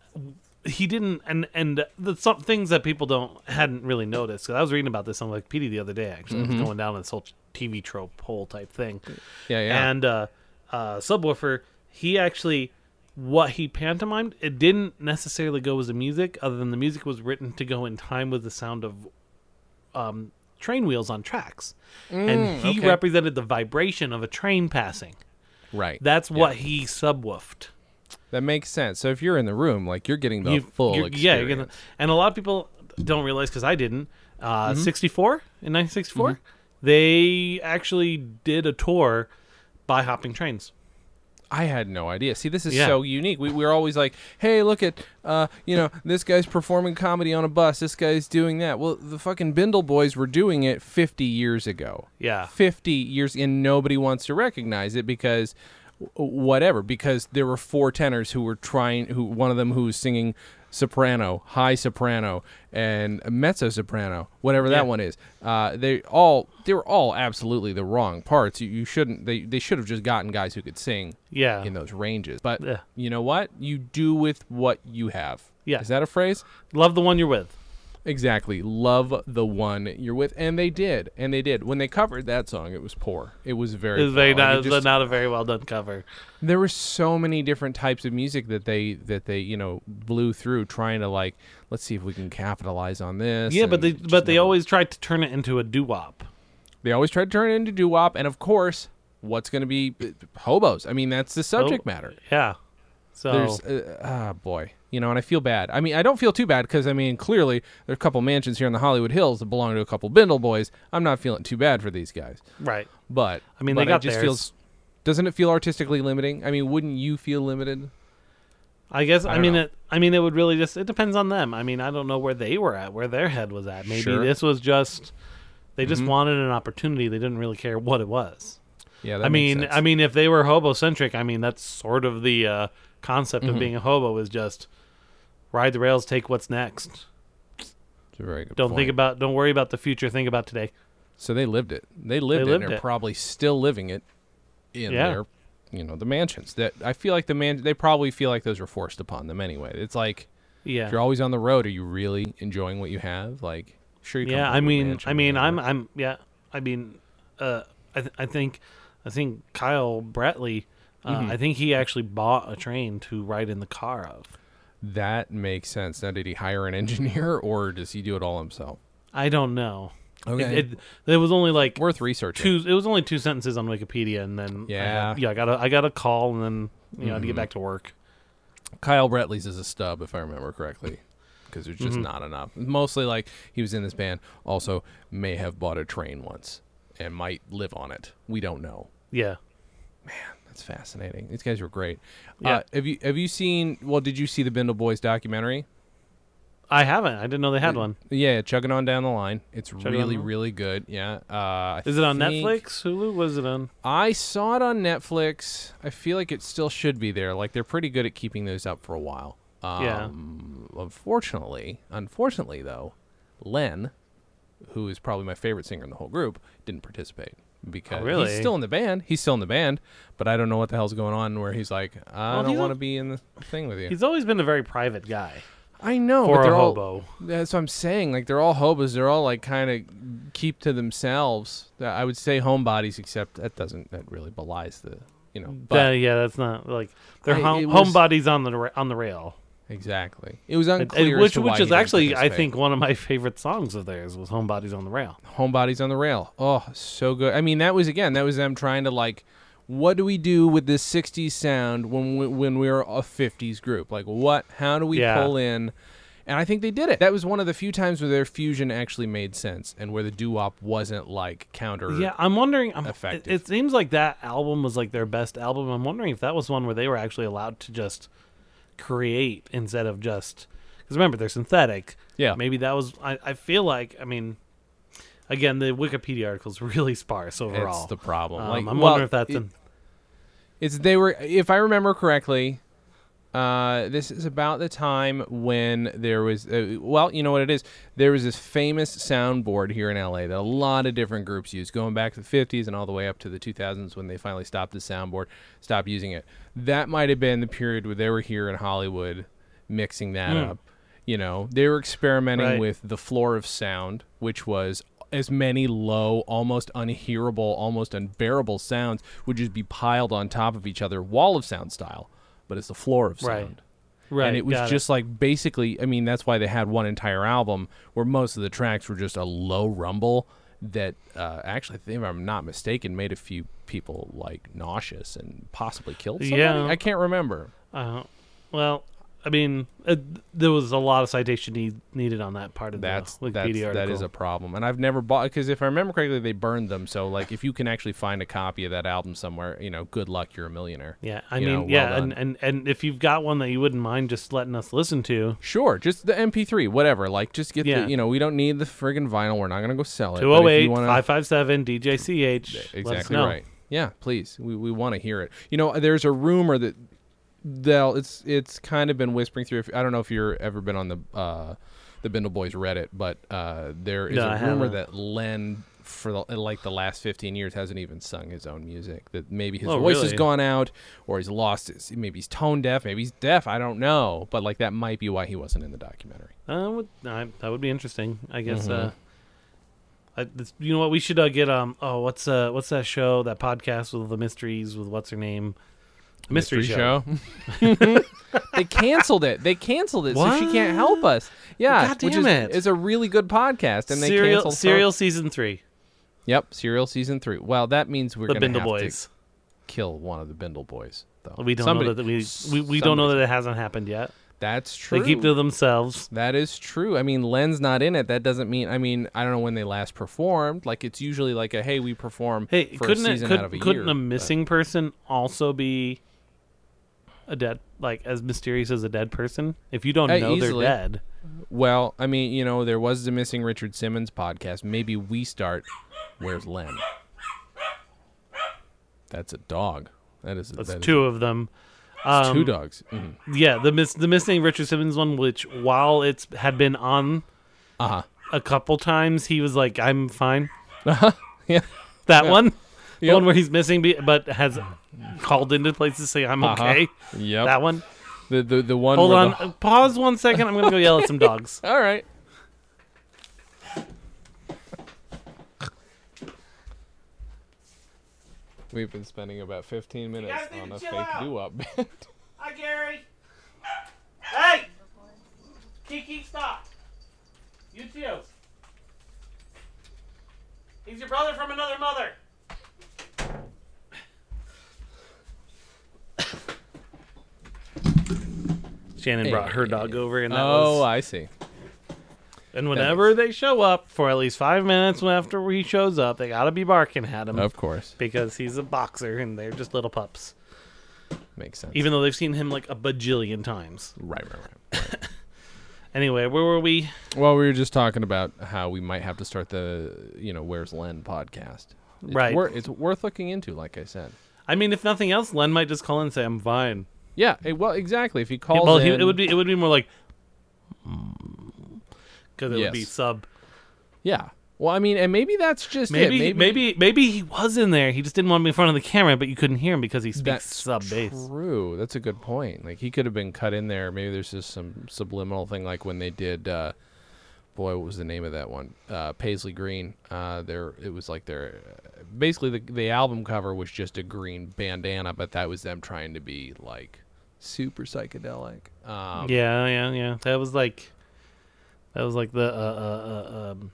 S1: he didn't, and and the some things that people don't hadn't really noticed. 'Cause I was reading about this on Wikipedia the other day. Actually,
S2: Mm-hmm.
S1: I was going down this whole TV trope whole type thing,
S2: yeah, yeah.
S1: and uh, uh, subwoofer. He actually what he pantomimed it didn't necessarily go as the music other than the music was written to go in time with the sound of um, train wheels on tracks and he
S2: Mm, okay.
S1: represented the vibration of a train passing
S2: right.
S1: that's what he subwoofed
S2: that makes sense. So if you're in the room, like you're getting the
S1: you-
S2: full
S1: you're-
S2: experience.
S1: Yeah, you're gonna, and a lot of people don't realize because I didn't. Uh,
S2: Mm-hmm.
S1: 64 in 1964, they actually did a tour by hopping trains.
S2: I had no idea. See, this is
S1: Yeah.
S2: so unique. We, we're always like, hey, look at, uh, you know, this guy's performing comedy on a bus. This guy's doing that. Well, the fucking Bindle Boys were doing it 50 years ago.
S1: Yeah.
S2: 50 years, and nobody wants to recognize it because w- whatever because there were four tenors who were trying who one of them who was singing soprano high soprano and mezzo soprano whatever
S1: Yeah.
S2: that one is uh, they all they were all absolutely the wrong parts you, you shouldn't they, they should have just gotten guys who could sing
S1: Yeah,
S2: in those ranges. But
S1: Yeah.
S2: you know what? You do with what you have.
S1: Yeah.
S2: Is that a phrase?
S1: love the one you're with.
S2: Exactly. Love the one you're with. And they did. And they did. When they covered that song, it was poor. It was very,
S1: It was very
S2: poor. Like,
S1: not,
S2: it just-
S1: not a very well done cover.
S2: there were so many different types of music that they that they, you know, blew through trying to like, let's see if we can capitalize on this.
S1: Yeah, but
S2: and
S1: they
S2: it just
S1: but they
S2: never-
S1: always tried to turn it into a doo wop.
S2: they always tried to turn it into doo wop and of course What's going to be uh, hobos? I mean, that's
S1: Oh,
S2: the subject matter.
S1: Yeah, so
S2: there's uh, ah boy you know and i feel bad i mean i don't feel too bad because i mean clearly there are a couple mansions here in the hollywood hills that belong to a couple bindle boys i'm not feeling too bad for these guys
S1: right.
S2: but
S1: I mean,
S2: but
S1: they got
S2: it just
S1: theirs.
S2: feels doesn't it feel artistically limiting i mean wouldn't you feel limited
S1: I guess I,
S2: don't
S1: mean
S2: know.
S1: it. I mean it would really just it depends on them. I mean I don't know where they were at, where their head was at. Maybe
S2: Sure.
S1: this was just they just wanted an opportunity. They didn't really care what it was.
S2: yeah that
S1: I
S2: makes
S1: mean
S2: sense.
S1: I mean if they were hobo centric, I mean that's sort of the uh, concept of being a hobo is just ride the rails, take what's next.
S2: It's a very good
S1: Don't
S2: point.
S1: think about don't worry about the future. Think about today.
S2: so they lived it they lived it
S1: lived
S2: and they're
S1: it.
S2: probably still living it in
S1: Yeah.
S2: their you know the mansions that i feel like the man they probably feel like those were forced upon them anyway it's like
S1: Yeah.
S2: If you're always on the road, are you really enjoying what you have? Like, sure, you come
S1: yeah
S2: from
S1: i
S2: a
S1: mean
S2: mansion
S1: i
S2: or
S1: mean i'm
S2: whatever.
S1: i'm yeah i mean uh i, th- I think i think kyle bratley uh,
S2: Mm-hmm.
S1: i think he actually bought a train to ride in the car of
S2: That makes sense. Now, did he hire an [laughs] engineer or does he do it all himself?
S1: i don't know
S2: Okay.
S1: it, it, it was only like
S2: Worth researching.
S1: two it was only two sentences on wikipedia and then I
S2: Yeah. Mm-hmm.
S1: had- yeah i got a i got a call and then you know I had to get back to work
S2: Kyle Bretley's is a stub, if I remember correctly, because there's
S1: Mm-hmm.
S2: just not enough. Mostly like he was in this band. Also, may have bought a train once and might live on it. We don't know.
S1: yeah
S2: That's fascinating. These guys were great.
S1: Yeah.
S2: Uh, have you have you seen? Well, did you see the Bindle Boys documentary?
S1: I haven't. I didn't know they had one.
S2: Yeah, chugging on down the line. It's
S1: On
S2: really,
S1: Down?
S2: really good. Yeah. Uh, I
S1: Is it on
S2: think-
S1: Netflix, Hulu? Was it on?
S2: I saw it on Netflix. I feel like it still should be there. Like they're pretty good at keeping those up for a while.
S1: Yeah.
S2: Um, Unfortunately, unfortunately though, Len, who is probably my favorite singer in the whole group, didn't participate because
S1: Oh, really?
S2: he's still in the band. He's still in the band, but I don't know what the hell's going on. Where he's like, I
S1: Well,
S2: don't
S1: he's
S2: want
S1: a-
S2: to be in the thing with you.
S1: He's always been a very private guy.
S2: I know,
S1: For
S2: but
S1: a
S2: they're all-
S1: hobo.
S2: that's what I'm saying. Like they're all hobos. They're all like kind of keep to themselves. Uh, I would say homebodies, except that doesn't that really belies the you know. But
S1: That- yeah, that's not like their
S2: I- it
S1: home,
S2: was-
S1: homebodies on the ra- on the rail.
S2: exactly, it was
S1: And-
S2: unclear.
S1: and
S2: as
S1: which
S2: to why
S1: which
S2: he
S1: is
S2: didn't
S1: actually I
S2: participate.
S1: think one of my favorite songs of theirs was Homebodies on the Rail.
S2: homebodies on the rail. Oh, so good. I mean, that was again that was them trying to like. What do we do with this '60s sound when we, when we're a '50s group? Like, what? How do we
S1: Yeah.
S2: pull in? And I think they did it. That was one of the few times where their fusion actually made sense, and where the doo-wop wasn't like counter.
S1: Yeah, I'm wondering. I'm, it,
S2: effective.
S1: it seems like that album was like their best album. I'm wondering if that was one where they were actually allowed to just create instead of just because remember they're synthetic.
S2: Yeah.
S1: maybe that was. I, I feel like I mean, again, the Wikipedia article's [laughs] really sparse overall.
S2: That's the problem.
S1: Um,
S2: like,
S1: I'm
S2: well,
S1: wondering if that's
S2: it-
S1: in.
S2: It's they were, if I remember correctly, uh, this is about the time when there was, uh, well, you know what it is. There was this famous soundboard here in LA that a lot of different groups used, going back to the 50s and all the way up to the 2000s when they finally stopped the soundboard, stopped using it. That might have been the period where they were here in Hollywood mixing that up. You know, they were experimenting
S1: Right.
S2: with the floor of sound, which was as many low, almost unhearable, almost unbearable sounds would just be piled on top of each other, wall of sound style. But it's the floor of
S1: Right.
S2: sound.
S1: Right,
S2: and it was
S1: got
S2: just like basically, I mean, that's why they had one entire album where most of the tracks were just a low rumble that uh, actually, I think if I'm not mistaken, made a few people like nauseous and possibly killed somebody.
S1: Yeah.
S2: I can't remember.
S1: Uh, well, I mean, uh, there was a lot of citation need, needed on that part of
S2: That's
S1: the Wikipedia
S2: that's
S1: article.
S2: that is a problem, and I've never bought because if I remember correctly, they burned them. So like, if you can actually find a copy of that album somewhere, you know, good luck, you're a millionaire.
S1: yeah, I
S2: You
S1: mean,
S2: know, well
S1: yeah, and,
S2: done.
S1: and and if you've got one that you wouldn't mind just letting us listen to,
S2: Sure, just the MP3, whatever. Like, just get
S1: Yeah.
S2: the you know, we don't need the friggin' vinyl. We're not gonna go sell it. but if
S1: 208
S2: you wanna-
S1: 557 DJCH. let us
S2: exactly
S1: know.
S2: right. Yeah, please, we we want to hear it. You know, there's a rumor that they'll it's it's kind of been whispering through. If, I don't know if you're ever been on the uh, the Bindle Boys Reddit, but uh, there is
S1: No,
S2: a
S1: I
S2: rumor
S1: haven't.
S2: that Len for the, like the last 15 years hasn't even sung his own music. That maybe his
S1: Oh,
S2: voice has
S1: really?
S2: gone out, or he's lost. His, maybe he's tone deaf. Maybe he's deaf. I don't know. But like that might be why he wasn't in the documentary.
S1: Uh, would, I, that would be interesting. I guess.
S2: Mm-hmm.
S1: Uh, I, this, you know what? We should uh, get um. Oh, what's uh, what's that show? That podcast with the mysteries with what's her name? The mystery, show. [laughs]
S2: [laughs] they canceled it. They canceled it, so she can't
S1: What?
S2: help us. Yeah,
S1: God
S2: which
S1: damn
S2: is,
S1: it.
S2: It's a really good podcast, and they
S1: Serial
S2: canceled some-
S1: Serial season three.
S2: Yep, Serial season three. Well, that means we're
S1: The
S2: gonna
S1: Bindle
S2: have
S1: Boys.
S2: to kill one of the Bindle Boys. Though
S1: We don't
S2: Somebody-
S1: know that we we, we don't know
S2: somebody-
S1: that it hasn't happened yet.
S2: That's true.
S1: They keep to themselves.
S2: That is true. I mean, Len's not in it. That doesn't mean. I mean, I don't know when they last performed. Like it's usually like a hey, we perform
S1: Hey,
S2: for
S1: couldn't
S2: a
S1: it,
S2: season
S1: could,
S2: out of a
S1: couldn't
S2: year.
S1: a
S2: but-
S1: missing person also be a dead like as mysterious as a dead person? If you don't
S2: Uh,
S1: know
S2: easily.
S1: they're dead.
S2: Well, I mean, you know, there was the missing Richard Simmons podcast. Maybe we start. Where's Len? That's a dog. That is.
S1: That's
S2: that is-
S1: two of them.
S2: it's
S1: Um,
S2: two dogs. Mm.
S1: Yeah, the miss the missing Richard Simmons one, which while it's had been on
S2: Uh huh.
S1: a couple times, he was like, "I'm fine."
S2: Uh-huh. [laughs] Yeah.
S1: That one, the
S2: Yep.
S1: one where he's missing, be- but has called into places to say, "I'm
S2: Uh-huh.
S1: okay."
S2: Yep.
S1: That one.
S2: the, the the one.
S1: Hold
S2: where
S1: on,
S2: the-
S1: pause one second. I'm gonna go yell at
S2: [laughs]
S1: some dogs.
S2: All right. We've been spending about 15 minutes
S3: guys need
S2: on
S3: to
S2: a
S3: chill
S2: fake
S3: out.
S2: do up band.
S3: Hi, Gary. Hey! Kiki, stop. You too. He's your brother from another mother.
S1: Shannon brought her dog over, and that
S2: oh,
S1: was.
S2: I see.
S1: And whenever they show up, for at least five minutes after he shows up, they gotta be barking at him
S2: Of course,
S1: because he's a boxer, and they're just little pups.
S2: makes sense.
S1: Even though they've seen him like a bajillion times.
S2: right, right, right.
S1: Anyway, where were we?
S2: Well, we were just talking about how we might have to start the, you know, Where's Len podcast. It's
S1: Right.
S2: wor- it's worth looking into, like I said.
S1: I mean, if nothing else, Len might just call in and say, "I'm fine."
S2: Yeah. eh, well, exactly. If he calls
S1: Well, he,
S2: in-
S1: it would be it would be more like because it would be
S2: Yes.
S1: sub.
S2: Yeah. Well, I mean, and maybe that's just it.
S1: Maybe, maybe maybe he was in there. He just didn't want to be in front of the camera, but you couldn't hear him because he speaks
S2: that's
S1: sub bass.
S2: true. That's a good point. Like he could have been cut in there. Maybe there's just some subliminal thing, like when they did. Uh, boy, what was the name of that one? Uh, Paisley Green. Uh, there, it was like their. Basically, the the album cover was just a green bandana, but that was them trying to be like super psychedelic. Um,
S1: Yeah, yeah, yeah. That was like that was like the uh, uh, uh, um,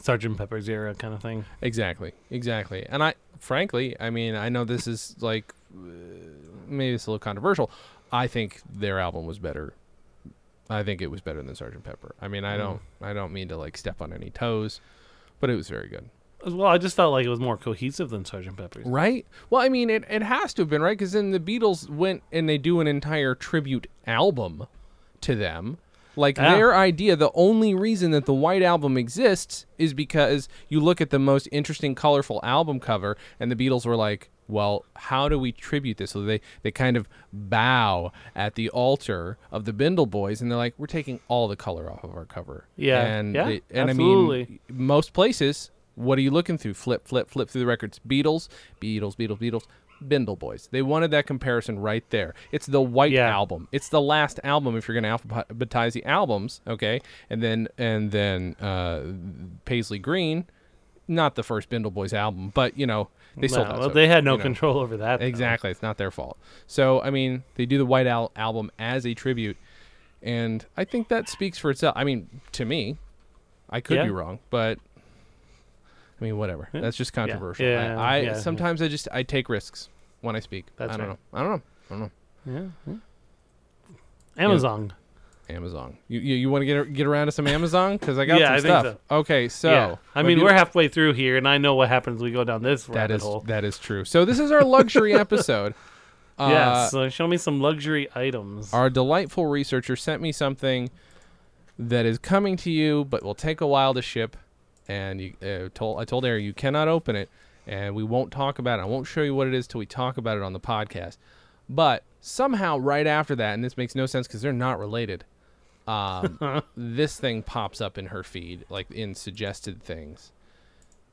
S1: Sergeant Pepper's era kind of thing.
S2: Exactly, exactly. And I, frankly, I mean, I know this is like uh, maybe it's a little controversial. I think their album was better. I think it was better than Sgt. Pepper. I mean, I don't, I don't mean to like step on any toes, but it was very good.
S1: As well, I just felt like it was more cohesive than Sergeant Pepper's.
S2: Right? Well, I mean, it, it has to have been right because then the Beatles went and they do an entire tribute album to them. Like
S1: Yeah.
S2: their idea, the only reason that the White Album exists is because you look at the most interesting, colorful album cover, and the Beatles were like, "Well, how do we tribute this?" So they they kind of bow at the altar of the Bindle Boys, and they're like, "We're taking all the color off of our cover."
S1: Yeah.
S2: and
S1: Yeah,
S2: they- and I mean,
S1: absolutely.
S2: most places, what are you looking through? Flip, flip, flip through the records. Beatles, Beatles, Beatles, Beatles, Bindle Boys. They wanted that comparison right there. It's the White
S1: Yeah.
S2: album. It's the last album if you're going to alphabetize the albums, okay? And then and then uh, Paisley Green, not the first Bindle Boys album, but you know they sold
S1: No,
S2: out.
S1: well,
S2: so,
S1: they had no
S2: you know.
S1: control over that. though.
S2: Exactly, it's not their fault. So I mean, they do the White Al- album as a tribute, and I think that speaks for itself. I mean, to me, I could
S1: Yeah.
S2: be wrong, but I mean, whatever. That's just controversial.
S1: Yeah, yeah,
S2: I, I
S1: yeah.
S2: sometimes I just I take risks when I speak.
S1: That's
S2: I don't
S1: right.
S2: know. I don't know. I don't know.
S1: Yeah. yeah. Amazon.
S2: Amazon. You you, you want to get get around to some Amazon because I got
S1: Yeah,
S2: some
S1: I think
S2: stuff. Okay, so
S1: yeah. I
S2: my
S1: mean,
S2: beau-
S1: we're halfway through here, and I know what happens when we go down this
S2: that
S1: rabbit
S2: is
S1: hole.
S2: that is true. So this is
S1: [laughs]
S2: our luxury episode. Uh,
S1: yeah, so show me some luxury items.
S2: our delightful researcher sent me something that is coming to you, but will take a while to ship. And you, uh, told I told Eric you cannot open it, and we won't talk about it. I won't show you what it is till we talk about it on the podcast. But somehow, right after that, and this makes no sense because they're not related. Um, this thing pops up in her feed, like in suggested things,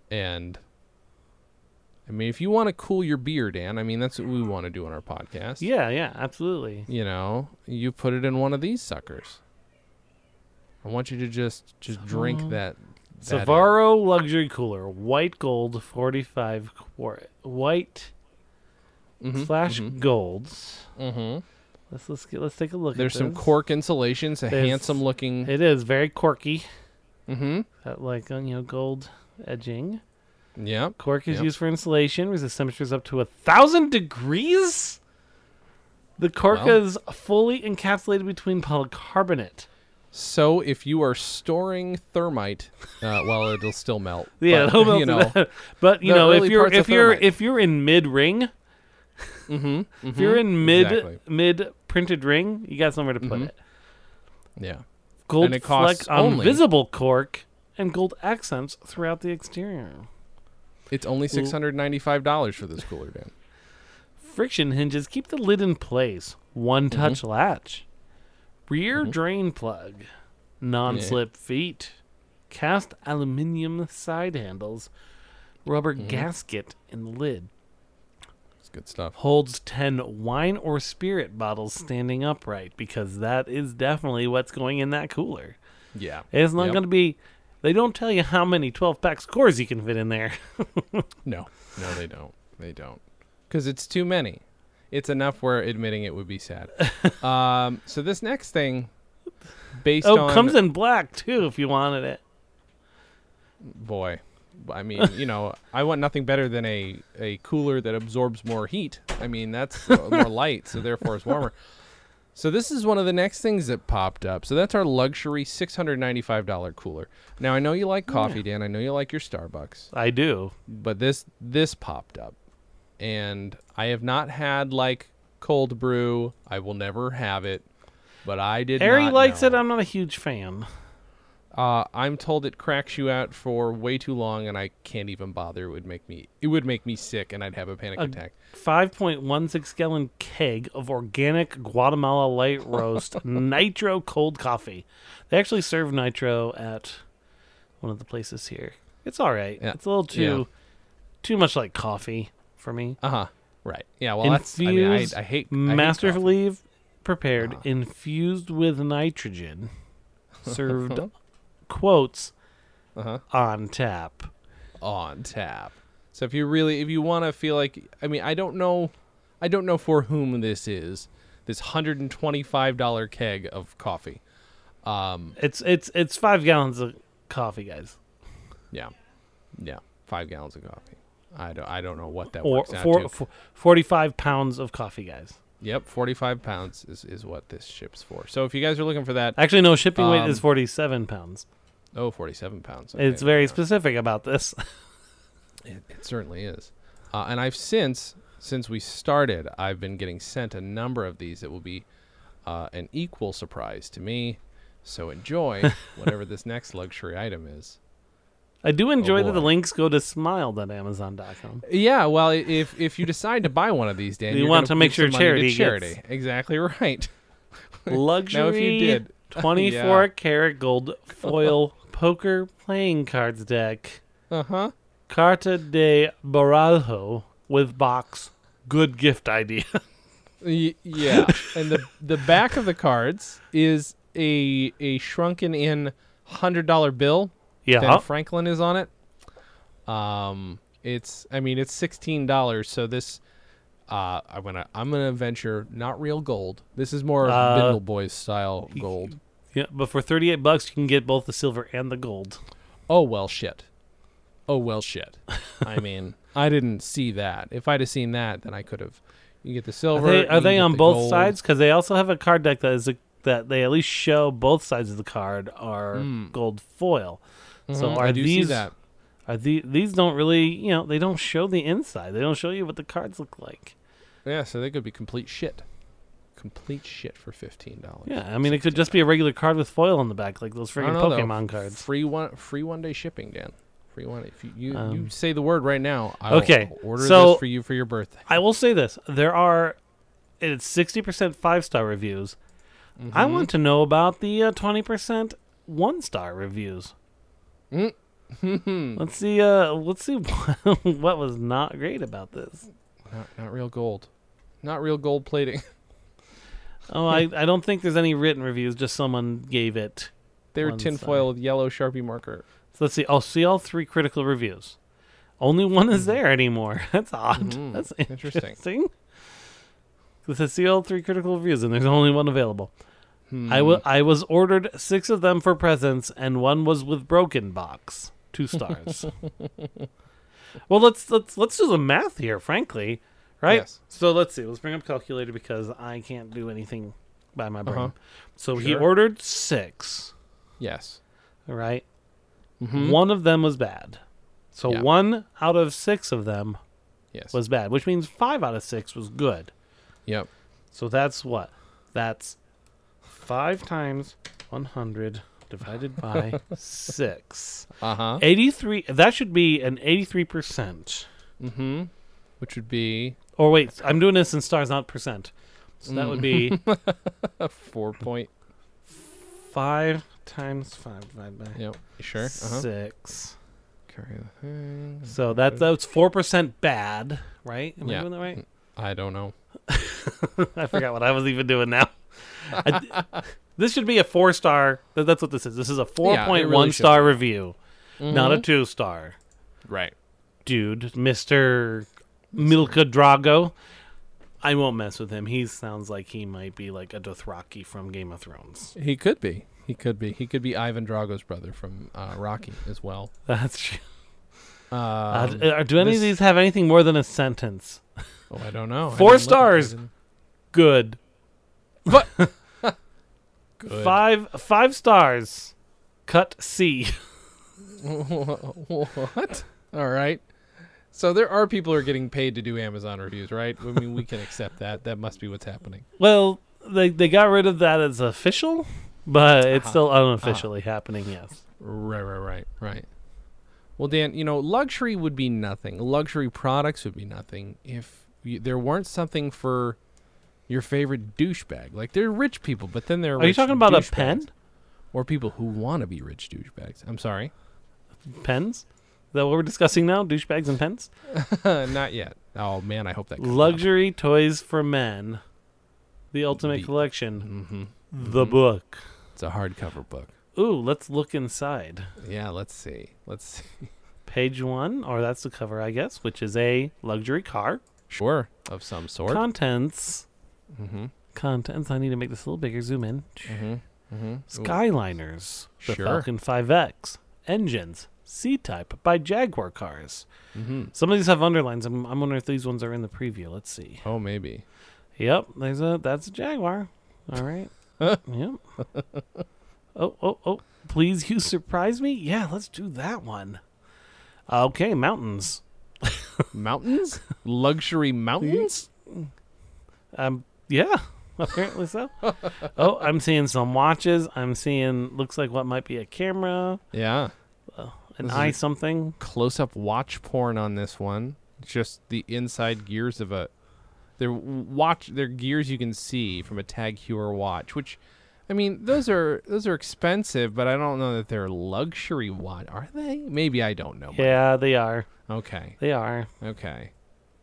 S2: and. I mean, if you want to cool your beer, Dan, I mean, that's what we want to do on our podcast
S1: yeah, yeah, absolutely.
S2: you know, you put it in one of these suckers. I want you to just just
S1: uh,
S2: drink that. that
S1: Savaro luxury cooler, white gold, forty-five quart, white
S2: Mm-hmm,
S1: slash golds.
S2: in. Mhm.
S1: Let's let's get, let's take a look.
S2: There's
S1: at
S2: some
S1: this.
S2: cork insulation. It's a
S1: There's-
S2: handsome looking.
S1: It is very quirky,
S2: Mm-hmm.
S1: Got, like uh, you know gold edging.
S2: Yep.
S1: Cork is
S2: Yep.
S1: used for insulation. Resists temperatures up to a thousand degrees. The cork
S2: Wow.
S1: is fully encapsulated between polycarbonate.
S2: So if you are storing thermite, uh, [laughs] well, it'll still melt.
S1: Yeah,
S2: but,
S1: it'll melt
S2: [laughs] you
S1: to
S2: know,
S1: that. [laughs] but you
S2: the
S1: know,
S2: early
S1: if you're
S2: parts of
S1: if you're
S2: thermite.
S1: if you're in mid ring, if you're in mid
S2: Mm-hmm. Exactly.
S1: mid printed ring, you got somewhere to put it.
S2: yeah.
S1: Gold
S2: And it costs
S1: fleck on
S2: only-
S1: visible cork and gold accents throughout the exterior.
S2: It's only six hundred ninety-five dollars for this cooler, Dan.
S1: Friction hinges keep the lid in place. One
S2: Mm-hmm.
S1: touch latch. Rear drain plug. Non slip feet. Cast aluminium side handles. Rubber
S2: Mm-hmm.
S1: gasket in lid.
S2: It's good stuff.
S1: Holds 10 wine or spirit bottles standing upright because that is definitely what's going in that cooler.
S2: Yeah.
S1: It's not
S2: Yep.
S1: going to be. They don't tell you how many 12 pack scores you can fit in there. [laughs]
S2: No, no, they don't. They don't. Because it's too many. It's enough where admitting it would
S1: [laughs]
S2: be sad. um, so this next thing, based
S1: oh,
S2: on
S1: comes in black too if you wanted it.
S2: boy,
S1: [laughs]
S2: I mean, you know, I want nothing better than a a cooler that absorbs more heat. I
S1: [laughs]
S2: mean, that's uh, more light, so therefore it's warmer. So this is one of the next things that popped up. So that's our luxury six hundred ninety five dollar cooler. Now I know you like coffee, Dan. I know you like your Starbucks.
S1: I do.
S2: but this this popped up and i have not had like cold brew i will never have it but I did.
S1: Harry
S2: not
S1: likes
S2: know.
S1: it. I'm not a huge fan.
S2: Uh, I'm told it cracks you out for way too long, and I can't even bother. It would make me. It would make me sick, and I'd have a panic attack.
S1: 5.16 gallon keg of organic Guatemala
S2: [laughs]
S1: light roast nitro cold coffee. They actually serve nitro at one of the places here. It's all right.
S2: Yeah.
S1: It's a little too too much like coffee for me.
S2: Uh huh. Right. Yeah. Well, that's. I mean, I,
S1: Infused
S2: I hate. [laughs] I hate coffee. Ah.
S1: Masterfully prepared, infused with nitrogen,
S2: [laughs]
S1: served quotes
S2: Uh-huh.
S1: on tap.
S2: on tap. So if you really, if you want to feel like, I mean, I don't know, I don't know for whom this is. This hundred and twenty-five dollar keg of coffee.
S1: It's it's it's five gallons of coffee, guys.
S2: Yeah. Yeah. Five gallons of coffee. I don't. I don't know what that
S1: Or
S2: works out
S1: four,
S2: to.
S1: four, 45 pounds of coffee, guys.
S2: Yep, forty-five pounds is is what this ships for. So if you guys are looking for that,
S1: Actually, no, shipping weight
S2: Um,
S1: is 47 pounds.
S2: oh, 47 pounds.
S1: It's
S2: okay.
S1: very specific about this. [laughs]
S2: It, it certainly is. Uh, and I've since since we started, I've been getting sent a number of these that will be uh, an equal surprise to me.
S1: [laughs]
S2: So enjoy whatever this next luxury item is.
S1: I do enjoy that the
S2: boy.
S1: links go to
S2: [laughs]
S1: smile.amazon.com.
S2: Yeah, well, i- if if you decide to buy one of these, Dan,
S1: You
S2: you're
S1: want to
S2: gonna
S1: make sure
S2: give some
S1: charity
S2: money
S1: gets-
S2: to charity. Exactly right.
S1: Luxury
S2: did- [laughs]
S1: 24 karat gold foil poker playing cards deck.
S2: Uh huh.
S1: Carta de Baralho with box. Good gift idea. [laughs]
S2: Y- yeah, and the the back of the cards is a a shrunken in hundred dollar bill.
S1: yeah.
S2: Ben Franklin is on it. Um, it's I mean it's sixteen dollars. So this, uh, I'm gonna I'm gonna venture not real gold. This is more
S1: Uh,
S2: of Bindle Boys style gold.
S1: yeah. But for 38 bucks, you can get both the silver and the gold.
S2: Oh well, shit. Oh well, shit.
S1: [laughs]
S2: I mean, I didn't see that. If I'd have seen that, then I could have. You get the
S1: Are
S2: silver.
S1: they,
S2: you
S1: are they
S2: get
S1: on
S2: the
S1: both
S2: gold.
S1: sides? Because they also have a card deck that is a, that they at least show both sides of the card are gold foil. So
S2: Mhm,
S1: are
S2: Hmm. I do
S1: these
S2: see that?
S1: are the, these don't really you know they don't show the inside. They don't show you what the cards look like.
S2: Yeah, so they could be complete shit. Complete shit for fifteen dollars.
S1: Yeah, I mean it could just be a regular card with foil on the back, like those
S2: I
S1: freaking
S2: don't know, though.
S1: Pokemon cards.
S2: Free one, free one day shipping, Dan. Free one. If you you, you
S1: Um,
S2: say the word right now, I'll,
S1: okay,
S2: I'll order
S1: so-
S2: this for you for your birthday.
S1: I will say this: there are it's sixty percent five star reviews. I want to know about the uh, twenty percent one star reviews. let's see. Uh, let's see [laughs] what was not great about this.
S2: Not, not real gold, not real gold plating. [laughs]
S1: Oh, I, I don't think there's any written reviews. Just someone gave it.
S2: they were
S1: One
S2: tinfoil with yellow sharpie
S1: [laughs]
S2: marker.
S1: So let's see. I'll see all three critical reviews. Only one is there anymore. [laughs] That's odd.
S2: Mm,
S1: That's
S2: [laughs] interesting.
S1: interesting. This is see all three critical reviews, and there's only one available.
S2: Hmm.
S1: I wa- I was ordered six of them for presents, and one was with broken box. Two
S2: [laughs]
S1: stars. well, let's let's let's do the math here, frankly, right?
S2: Yes.
S1: So let's see. Let's bring up calculator because I can't do anything by my brain.
S2: Uh-huh.
S1: So he
S2: Sure.
S1: ordered six,
S2: Yes.
S1: right? One of them was bad. So
S2: Mm-hmm. Yeah.
S1: one out of six of them
S2: Yes.
S1: was bad, which means five out of six was good.
S2: yep.
S1: So that's what? That's five times 100 divided
S2: [laughs]
S1: by six.
S2: Uh huh.
S1: 83. That should be an 83%.
S2: Mm-hmm. Which would be
S1: Or wait, I'm doing this in stars, not percent. So that would be
S2: Mm. [laughs] a four point.
S1: five times five divided by
S2: Yep. You Sure. Uh huh.
S1: six.
S2: Carry the thing.
S1: So that, that's 4% bad, right? Am I
S2: Yeah. Mm.
S1: doing that right?
S2: I don't know.
S1: [laughs] I forgot what I was even doing now.
S2: [laughs]
S1: I- this should be a four star. th- That's what this is. This is a four point one
S2: really should Mm-hmm.
S1: star review, not a two star.
S2: Right.
S1: Dude, Mister Milka Drago. I won't mess with him. He sounds like he might be like a Dothraki from Game of Thrones. [laughs]
S2: He could be. He could be. He could be Ivan Drago's brother from uh, Rocky as well.
S1: That's true.
S2: Um,
S1: Uh, d- uh, do any
S2: this-
S1: of these have anything more than a sentence?
S2: oh, I don't know. I
S1: Four
S2: didn't look at
S1: stars.
S2: it.
S1: Good.
S2: What? Good.
S1: Five five stars. Cut C. [laughs]
S2: [laughs] what? All right. So there are people who are getting paid to do Amazon reviews, right? I mean, we can accept that. That must be what's happening.
S1: Well, they they got rid of that as official, but
S2: Uh-huh.
S1: it's still unofficially happening. Yes.
S2: Right, right, right, right. Well, Dan, you know, luxury would be nothing. Luxury products would be nothing if you, there weren't something for your favorite douchebag. Like they're rich people, but then they're
S1: Are you talking about a pen?
S2: or people who want to be rich douchebags? I'm sorry, [laughs]
S1: Pens? Is that what we're discussing now? Douchebags and pens?
S2: not yet. Oh man, I hope that comes up.
S1: Luxury toys for men. The ultimate
S2: The- Mm-hmm.
S1: collection. The book.
S2: It's a hardcover book.
S1: Ooh, let's look inside.
S2: Yeah, let's see. Let's see.
S1: Page one, or that's the cover, I guess, which is a luxury car.
S2: Sure, of some sort.
S1: Contents.
S2: Mhm.
S1: Contents. I need to make this a little bigger. Zoom in.
S2: Mhm.
S1: Skyliners. The
S2: Sure.
S1: Falcon 5X. Engines. C Type by Jaguar Cars.
S2: Mm-hmm.
S1: Some of these have underlines. I'm, I'm wondering if these ones are in the preview. Let's see.
S2: Oh, maybe.
S1: Yep, there's a that's a Jaguar. All
S2: [laughs]
S1: right. yep. Oh, oh, oh. Please you surprise me? Yeah, let's do that one. Okay, mountains. [laughs]
S2: Mountains? Luxury mountains?
S1: Um yeah, [laughs] apparently so. oh, I'm seeing some watches. I'm seeing looks like what might be a camera,
S2: Yeah.
S1: an
S2: This is
S1: eye
S2: a-
S1: something.
S2: close up watch porn on this one. Just the inside gears of a their watch their gears you can see from a Tag Heuer watch, which I mean, those are those are expensive, but I don't know that they're luxury watch. Are they? Maybe I don't know.
S1: Yeah, they are.
S2: Okay.
S1: They are.
S2: Okay.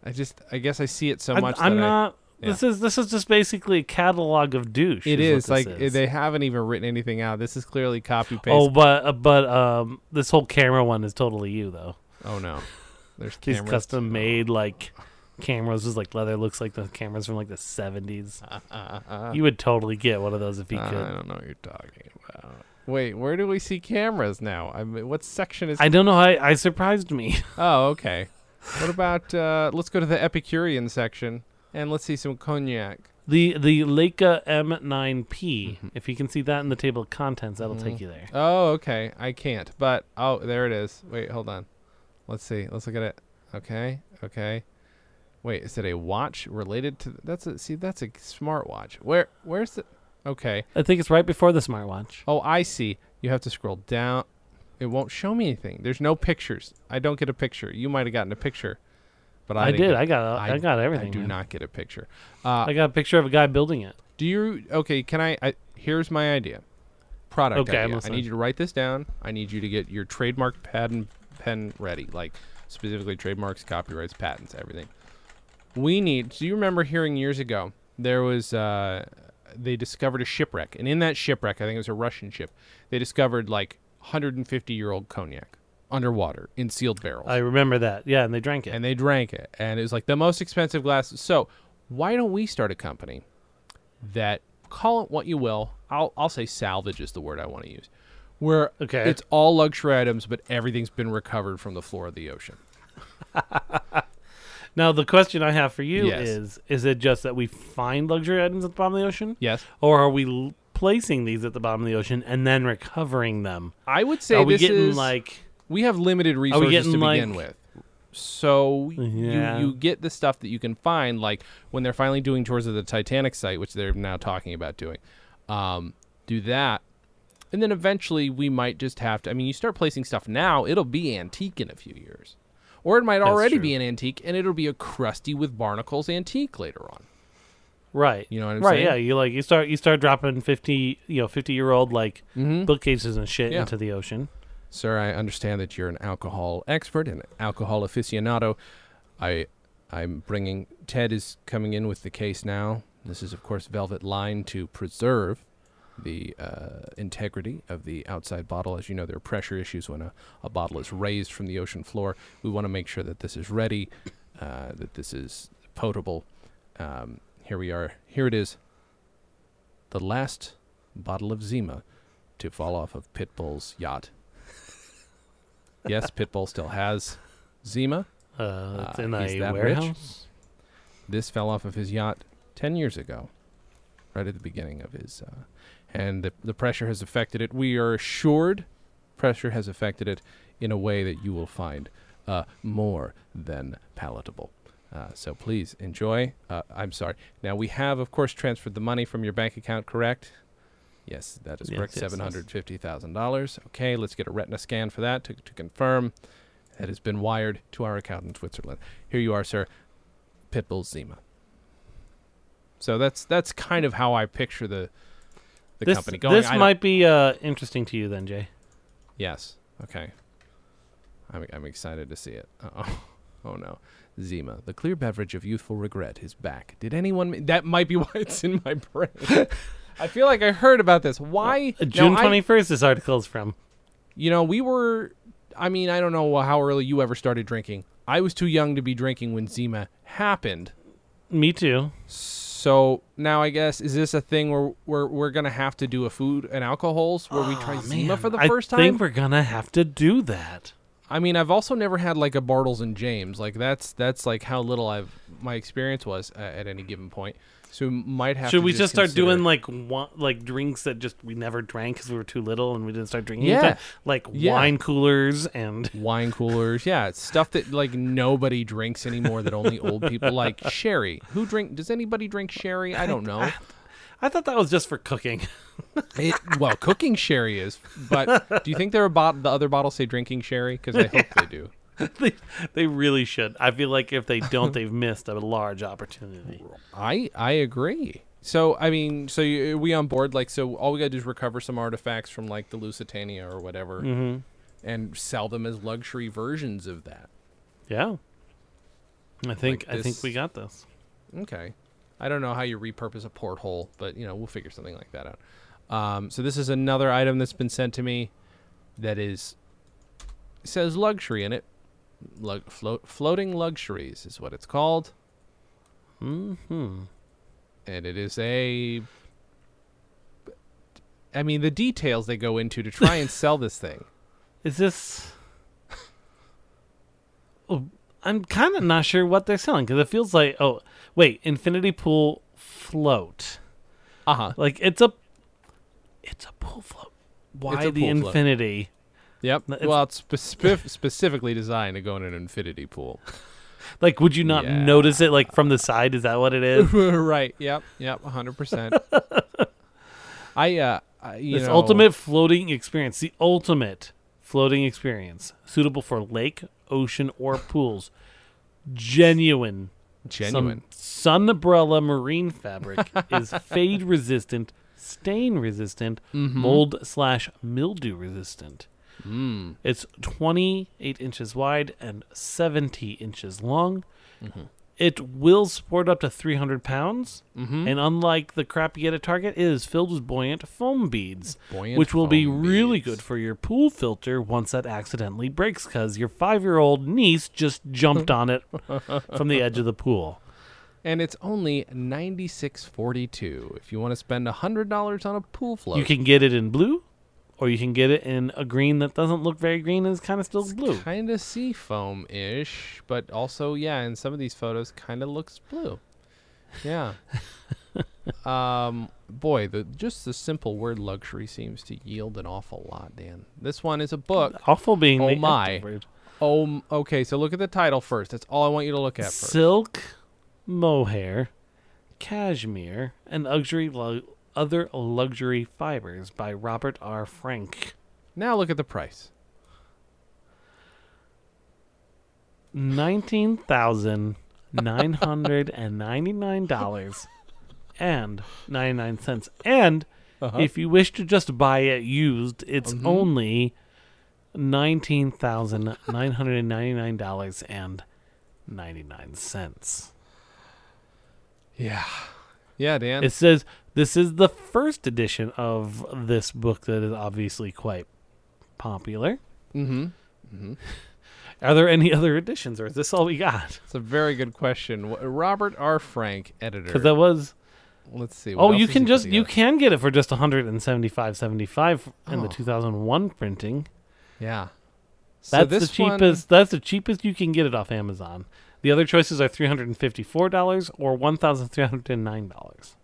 S2: I just I guess I see it so
S1: I'm,
S2: much
S1: I'm
S2: that I-
S1: not This is this is just basically a catalog of douche.
S2: it
S1: is,
S2: is
S1: what
S2: like
S1: this is.
S2: they haven't even written anything out. This is clearly copy paste.
S1: Oh, but uh, but um, this whole camera one is totally you though. [laughs]
S2: Oh, no. There's
S1: These
S2: cameras.
S1: custom made like cameras with like leather looks like the cameras from like the seventies. you would totally get one of those if you
S2: I
S1: could.
S2: don't know what you're talking about. Wait, where do we see cameras now? I mean, what section is?
S1: I don't know. I, I surprised me. [laughs]
S2: oh, okay. What about? Uh, let's go to the Epicurean section and let's see some cognac.
S1: The the Leica M9P.
S2: Mm-hmm.
S1: If you can see that in the table of contents, that'll take you there.
S2: Oh, okay. I can't. But oh, there it is. Wait, hold on. Let's see. Let's look at it. Okay. Okay. Wait, is it a watch related to? That's a see. That's a smartwatch. Where? Where's the? Okay.
S1: I think it's right before the smartwatch.
S2: Oh, I see. You have to scroll down. It won't show me anything. There's no pictures. I don't get a picture. You might have gotten a picture, but
S1: I
S2: I, didn't
S1: did.
S2: get-
S1: I got I, got everything.
S2: I do
S1: man.
S2: not get a picture. Uh,
S1: I got a picture of a guy building it.
S2: do you? Okay. Can I, I? Here's my idea. Product
S1: Okay, I'm
S2: idea. I
S1: listening.
S2: need you to write this down. I need you to get your trademark pad and pen ready, like specifically trademarks, copyrights, patents, everything. We need. Do you remember hearing years ago there was? Uh, they discovered a shipwreck, and in that shipwreck, I think it was a Russian ship. They discovered like 150 year old cognac underwater in sealed barrels
S1: I remember that. Yeah, and they drank it.
S2: and they drank it and it was like the most expensive glass so why don't we start a company that call it what you will i'll, I'll say salvage is the word i want to use where
S1: Okay.
S2: it's all luxury items but everything's been recovered from the floor of the ocean
S1: Now the question I have for you
S2: Yes.
S1: is: Is it just that we find luxury items at the bottom of the ocean?
S2: yes
S1: Or are we l- placing these at the bottom of the ocean and then recovering them?
S2: i would say
S1: are we
S2: this
S1: getting
S2: is
S1: like
S2: we have limited resources
S1: getting,
S2: to
S1: like-
S2: begin with so
S1: Yeah.
S2: you, you get the stuff that you can find like when they're finally doing tours of the titanic site which they're now talking about doing um, do that and then eventually we might just have to i mean you start placing stuff now it'll be antique in a few years or it might already
S1: true.
S2: be an antique and it'll be a crusty with barnacles antique later on
S1: right?
S2: You know what I'm
S1: right?
S2: saying?
S1: Yeah, you like you start you start dropping fifty you know fifty year old like bookcases and shit
S2: Mm-hmm. Yeah.
S1: into the ocean.
S2: Sir, I understand that you're an alcohol expert and alcohol aficionado. I, I'm bringing. Ted is coming in with the case now. This is, of course, Velvet Line to preserve the uh, integrity of the outside bottle. As you know, there are pressure issues when a, a bottle is raised from the ocean floor. We want to make sure that this is ready, uh, that this is potable. Um, here we are. Here it is. The last bottle of Zima to fall off of Pitbull's yacht yes, Pitbull still has Zima.
S1: Uh, it's
S2: Uh,
S1: in
S2: he's
S1: a
S2: that rich?
S1: warehouse.
S2: This fell off of his yacht 10 years ago, right at the beginning of his. Uh, and the, the pressure has affected it. We are assured pressure has affected it in a way that you will find uh, more than palatable. Uh, so please enjoy. Uh, I'm sorry. Now we have, of course, transferred the money from your bank account, correct? Yes, that is
S1: Yes,
S2: correct.
S1: yes, yes.
S2: Seven hundred fifty thousand dollars. Okay, let's get a retina scan for that to, to confirm. That has been wired to our account in Switzerland. Here you are, sir. Pitbull Zima. So that's that's kind of how I picture the the
S1: this
S2: company going.
S1: this
S2: I don't-
S1: might be uh, interesting to you then, Jay.
S2: Yes. Okay. I'm, I'm excited to see it. [laughs] Oh, oh no. Zima, the clear beverage of youthful regret, is back. Did anyone? ma- That might be [laughs] why it's in my brain. I feel like I heard about this. Why?
S1: Uh,
S2: now,
S1: June
S2: I-
S1: twenty first. This article is from.
S2: you know, we were. I mean, I don't know how early you ever started drinking. I was too young to be drinking when Zima happened.
S1: Me too.
S2: So now I guess is this a thing where we're we're gonna have to do a food and alcohols where we try Zima for the
S1: Ah, I
S2: first
S1: think
S2: time?
S1: we're gonna have to do that.
S2: I mean, I've also never had like a Bartles and James. Like that's that's like how little I've my experience was uh, at any given point. So we might have.
S1: Should
S2: to
S1: we just start
S2: consider-
S1: doing like wa- like drinks that just we never drank because we were too little and we didn't start drinking?
S2: Yeah.
S1: anytime? like
S2: Yeah.
S1: wine coolers and [laughs]
S2: wine coolers? Yeah, it's stuff that like nobody drinks anymore. That only old
S1: [laughs]
S2: people like sherry. Who drink? Does anybody drink sherry? I don't know.
S1: I thought that was just for cooking. [laughs]
S2: It, well, cooking sherry is.
S1: [laughs]
S2: But do you think there are bot- the other bottles say drinking sherry? Because I hope they do.
S1: they, they really should. I feel like if they don't,
S2: [laughs]
S1: they've missed a large opportunity.
S2: I I agree. So I mean, so you, are we on board? Like, so all we gotta do is recover some artifacts from like the Lusitania or whatever, and sell them as luxury versions of that.
S1: Yeah, I think
S2: Like
S1: I think
S2: this-
S1: we got this.
S2: Okay. I don't know how you repurpose a porthole, but you know we'll figure something like that out. Um, so this is another item that's been sent to me, that is says luxury in it. Lug, float, floating luxuries is what it's called. Hmm. And it is a. I mean the details they go into to try and sell this thing.
S1: Is this? Oh, I'm kind of not sure what they're selling because it feels like oh wait, infinity pool float.
S2: Uh huh.
S1: Like it's a, it's a pool float. Why
S2: a
S1: the
S2: pool float.
S1: infinity?
S2: Yep.
S1: it's-
S2: well, it's spef- [laughs] specifically designed to go in an infinity pool.
S1: Like, would you not
S2: Yeah.
S1: notice it? Like from the side, is that what it
S2: [laughs]
S1: is?
S2: right. Yep. Yep. One hundred percent. I uh, I, you
S1: This
S2: know,
S1: ultimate floating experience, the ultimate floating experience, suitable for lake, ocean, or pools. Genuine,
S2: genuine.
S1: Some sunbrella marine
S2: [laughs]
S1: fabric is fade resistant, stain resistant,
S2: Mm-hmm.
S1: mold slash mildew resistant.
S2: Mm.
S1: It's 28 inches wide and 70 inches long. It will support up to 300 pounds,
S2: Mm-hmm.
S1: and unlike the crap you get at Target, it is filled with buoyant foam beads,
S2: Buoyant
S1: which will be
S2: foam
S1: really
S2: beads.
S1: good for your pool filter once that accidentally breaks because your five year old niece just
S2: [laughs]
S1: jumped on it from the edge of the pool.
S2: and it's only ninety six forty two. If you want to spend hundred dollars on a pool float,
S1: You can get it in blue, or you can get it in a green that doesn't look very green and is kind of still blue.
S2: kind of sea foam ish, but also yeah, in some of these photos, kind of looks blue.
S1: [laughs]
S2: Yeah. um, boy, the just the simple word luxury seems to yield an awful lot, Dan. This one is a book.
S1: Awful being
S2: Oh
S1: the
S2: my.
S1: active word.
S2: Oh, m- okay. So look at the title first. That's all I want you to look at first.
S1: silk, mohair, cashmere, and luxury lu- other luxury fibers by Robert R. Frank.
S2: Now look at the price.
S1: Nineteen thousand nine hundred and ninety-nine dollars and ninety-nine cents. And if you wish to just buy it used, it's only nineteen thousand nine hundred and ninety-nine dollars and ninety-nine cents.
S2: Yeah. Yeah, Dan.
S1: It says this is the first edition of this book that is obviously quite popular. Mm-hmm. [laughs] Are there any other editions, or is this all we got?
S2: It's a very good question. Wh- Robert R. Frank, editor.
S1: Because that was
S2: Let's see. what
S1: oh,
S2: else
S1: you
S2: has
S1: can
S2: he put
S1: just you
S2: together?
S1: can get it for just 175.75 in
S2: Oh.
S1: the 2001 printing.
S2: Yeah. So
S1: That's the
S2: this one-
S1: cheapest. That's the cheapest you can get it off Amazon. The other choices are three hundred and fifty-four dollars or one thousand three hundred and nine dollars,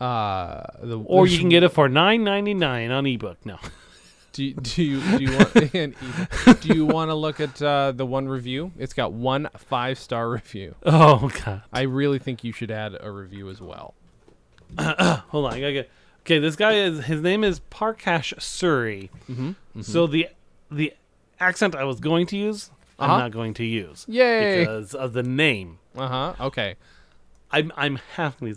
S2: uh, the, uh,
S1: or you can get it for nine ninety-nine on ebook. No, [laughs]
S2: Do you, do you do you want [laughs] and e- do you want to look at uh, the one review? It's got one five star review.
S1: Oh god.
S2: I really think you should add a review as well.
S1: Hold on. I gotta get. Okay, this guy is his name is Parkash Suri. Mm-hmm, So the the accent I was going to use,
S2: Uh-huh.
S1: I'm not going to use.
S2: Yay.
S1: Because of the name.
S2: Uh huh. Okay.
S1: I'm I'm halfly.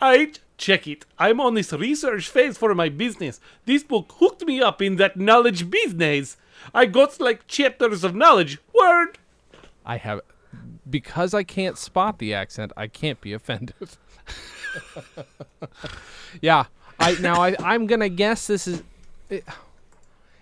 S1: I check it. I'm on this research phase for my business. This book hooked me up in that knowledge business. I got like chapters of knowledge. Word.
S2: I have because I can't spot the accent, I can't be offended. [laughs] yeah. I now I, I'm gonna guess this is it-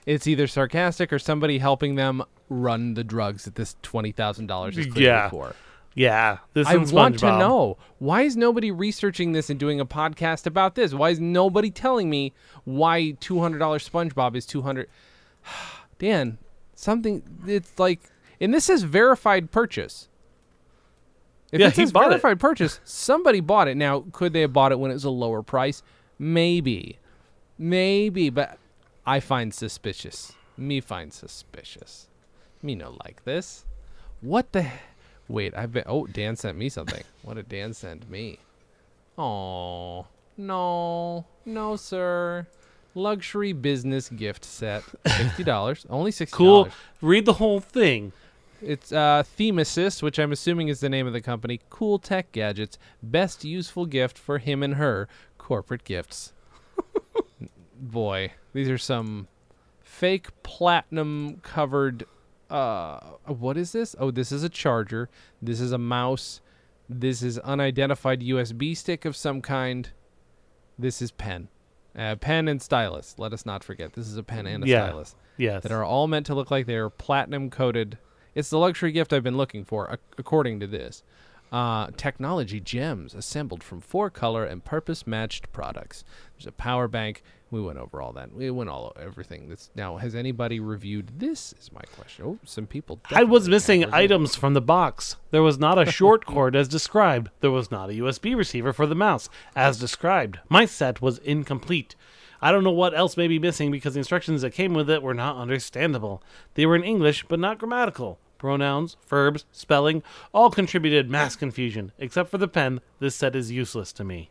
S2: it's either sarcastic or somebody helping them run the drugs that this twenty thousand dollars is clearly
S1: Yeah.
S2: for.
S1: Yeah, this
S2: I
S1: is
S2: want to
S1: SpongeBob.
S2: know why is nobody researching this and doing a podcast about this? Why is nobody telling me why two hundred dollar SpongeBob is two hundred? [sighs] Dan, something it's like, and this is verified purchase. If
S1: Yeah,
S2: it
S1: he
S2: says
S1: bought it.
S2: verified purchase, somebody bought it. Now, could they have bought it when it was a lower price? Maybe, maybe, but I find suspicious. Me find suspicious. Me no like this. What the? he- Wait, I've been. Oh, Dan sent me [laughs] something. What did Dan send me? Oh no, no, sir. Luxury business gift [laughs] set, sixty dollars. Only sixty
S1: Cool.
S2: dollars.
S1: Read the whole thing.
S2: It's uh, Theme Assist, which I'm assuming is the name of the company. Cool tech gadgets. Best useful gift for him and her. Corporate gifts. [laughs] Boy, these are some fake platinum covered. Uh, what is this? Oh, this is a charger. This is a mouse. This is unidentified USB stick of some kind. This is pen. Uh, pen and stylus. Let us not forget. This is a pen and a
S1: Yeah.
S2: stylus
S1: Yes.
S2: that are all meant to look like they're platinum coated. It's the luxury gift I've been looking for, ac- according to this. Uh, technology gems assembled from four color and purpose matched products. There's a power bank. We went over all that. We went all everything. That's now. Has anybody reviewed this? Is my question. Oh, some people.
S1: I was
S2: definitely have
S1: missing
S2: reviewed it.
S1: items from the box. There was not a short cord as described. There was not a USB receiver for the mouse as described. My set was incomplete. I don't know what else may be missing because the instructions that came with it were not understandable. They were in English but not grammatical. Pronouns, verbs, spelling all contributed mass confusion. Except for the pen, this set is useless to me.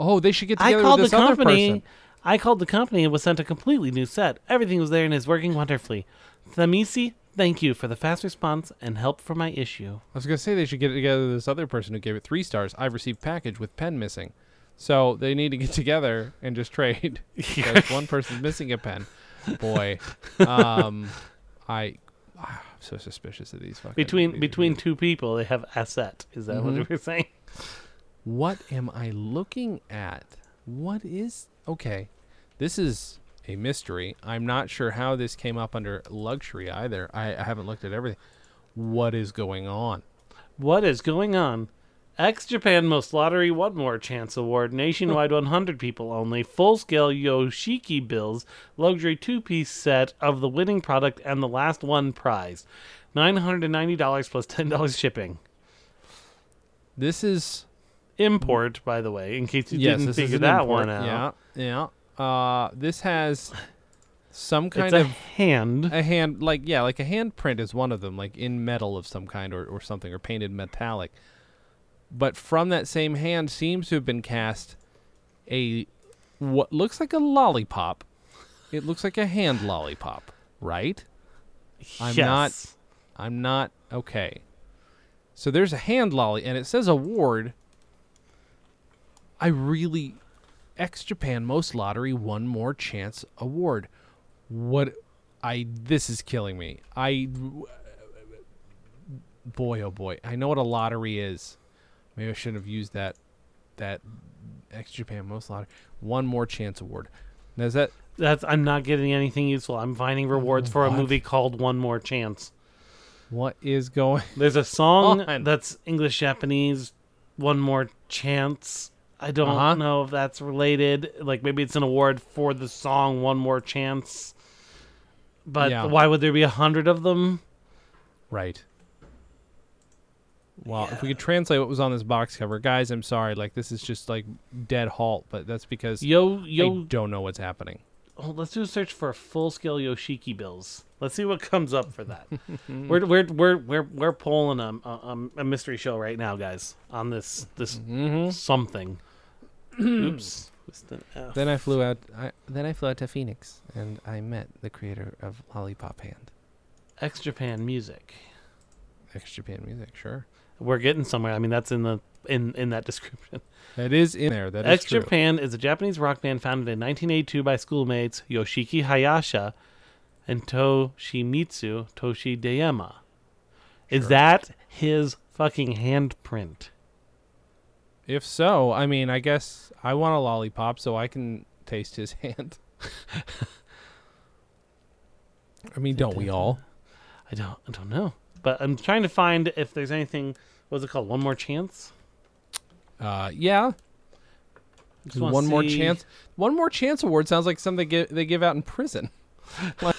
S2: Oh, they should get
S1: I
S2: together
S1: called the
S2: with this other person.
S1: company. I called the company and was sent a completely new set. Everything was there and is working wonderfully. Thamisi, thank you for the fast response and help for my issue.
S2: I was gonna say they should get it together with this other person who gave it three stars. I've received package with pen missing, so they need to get [laughs] together and just trade because one person's missing a pen. Boy, um, I ah, I'm so suspicious of these fucking
S1: Between
S2: these-
S1: between two people, they have a set. Is that
S2: Mm-hmm.
S1: what you were saying?
S2: What am I looking at? What is okay? This is a mystery. I'm not sure how this came up under luxury either. I, I haven't looked at everything. What is going on?
S1: What is going on? Ex Japan Most Lottery One More Chance Award,
S2: [laughs]
S1: nationwide 100 people only, full scale Yoshiki Bills, luxury two piece set of the winning product and the last one prize. $990 plus $10 shipping.
S2: This is
S1: import, by the way, in case you didn't
S2: this is
S1: figure
S2: an
S1: that
S2: import.
S1: one out.
S2: Yeah, yeah. Uh, this has some kind
S1: it's a
S2: of
S1: hand.
S2: a hand, like yeah, like a handprint is one of them, like in metal of some kind or, or something, or painted metallic. But from that same hand seems to have been cast a what looks like a lollipop. It looks like a hand lollipop, right? I'm not-
S1: Yes.
S2: I'm not okay. So there's a hand lolly, and it says award. I really, ex Japan Most Lottery One More Chance Award. What? I this is killing me. I, boy, oh boy, I know what a lottery is. Maybe I shouldn't have used that. That ex Japan Most Lottery One More Chance Award. Now is that
S1: That's. I'm not getting anything useful. I'm finding rewards for a
S2: What?
S1: movie called One More Chance.
S2: what is going?
S1: There's a song
S2: on.
S1: that's English Japanese. One More Chance. I don't
S2: Uh-huh.
S1: know if that's related. Like maybe it's an award for the song One More Chance. But
S2: Yeah.
S1: why would there be a hundred of them?
S2: Right. Well, if we could translate what was on this box cover, guys, I'm sorry. Like this is just like dead halt, but that's because
S1: Yo
S2: I
S1: yo
S2: don't know what's happening.
S1: oh, let's do a search for full scale Yoshiki bills. Let's see what comes up for that. we're we're we're we're we're pulling a, a a mystery show right now, guys. On this this something. Oops. What's the- oh.
S2: Then I flew out. I, then I flew out to Phoenix, and I met the creator of Lollipop Hand.
S1: Ex Japan music.
S2: Ex Japan music, sure.
S1: We're getting somewhere. I mean, that's in the in in that description.
S2: That is in there. That is
S1: Ex
S2: true.
S1: Japan is a Japanese rock band founded in 1982 by schoolmates Yoshiki Hayasha and Toshimitsu Toshideyama. Is
S2: Sure.
S1: that his fucking handprint?
S2: If so, I mean, I guess I want a lollipop so I can taste his [laughs] hand. I mean, don't we all?
S1: I don't I don't know. But I'm trying to find if there's anything what's it called? One more chance?
S2: Uh, yeah.
S1: Just wanna
S2: One more
S1: see-
S2: chance. One more chance award sounds like something they give, they give out in prison.
S1: [laughs]
S2: Like,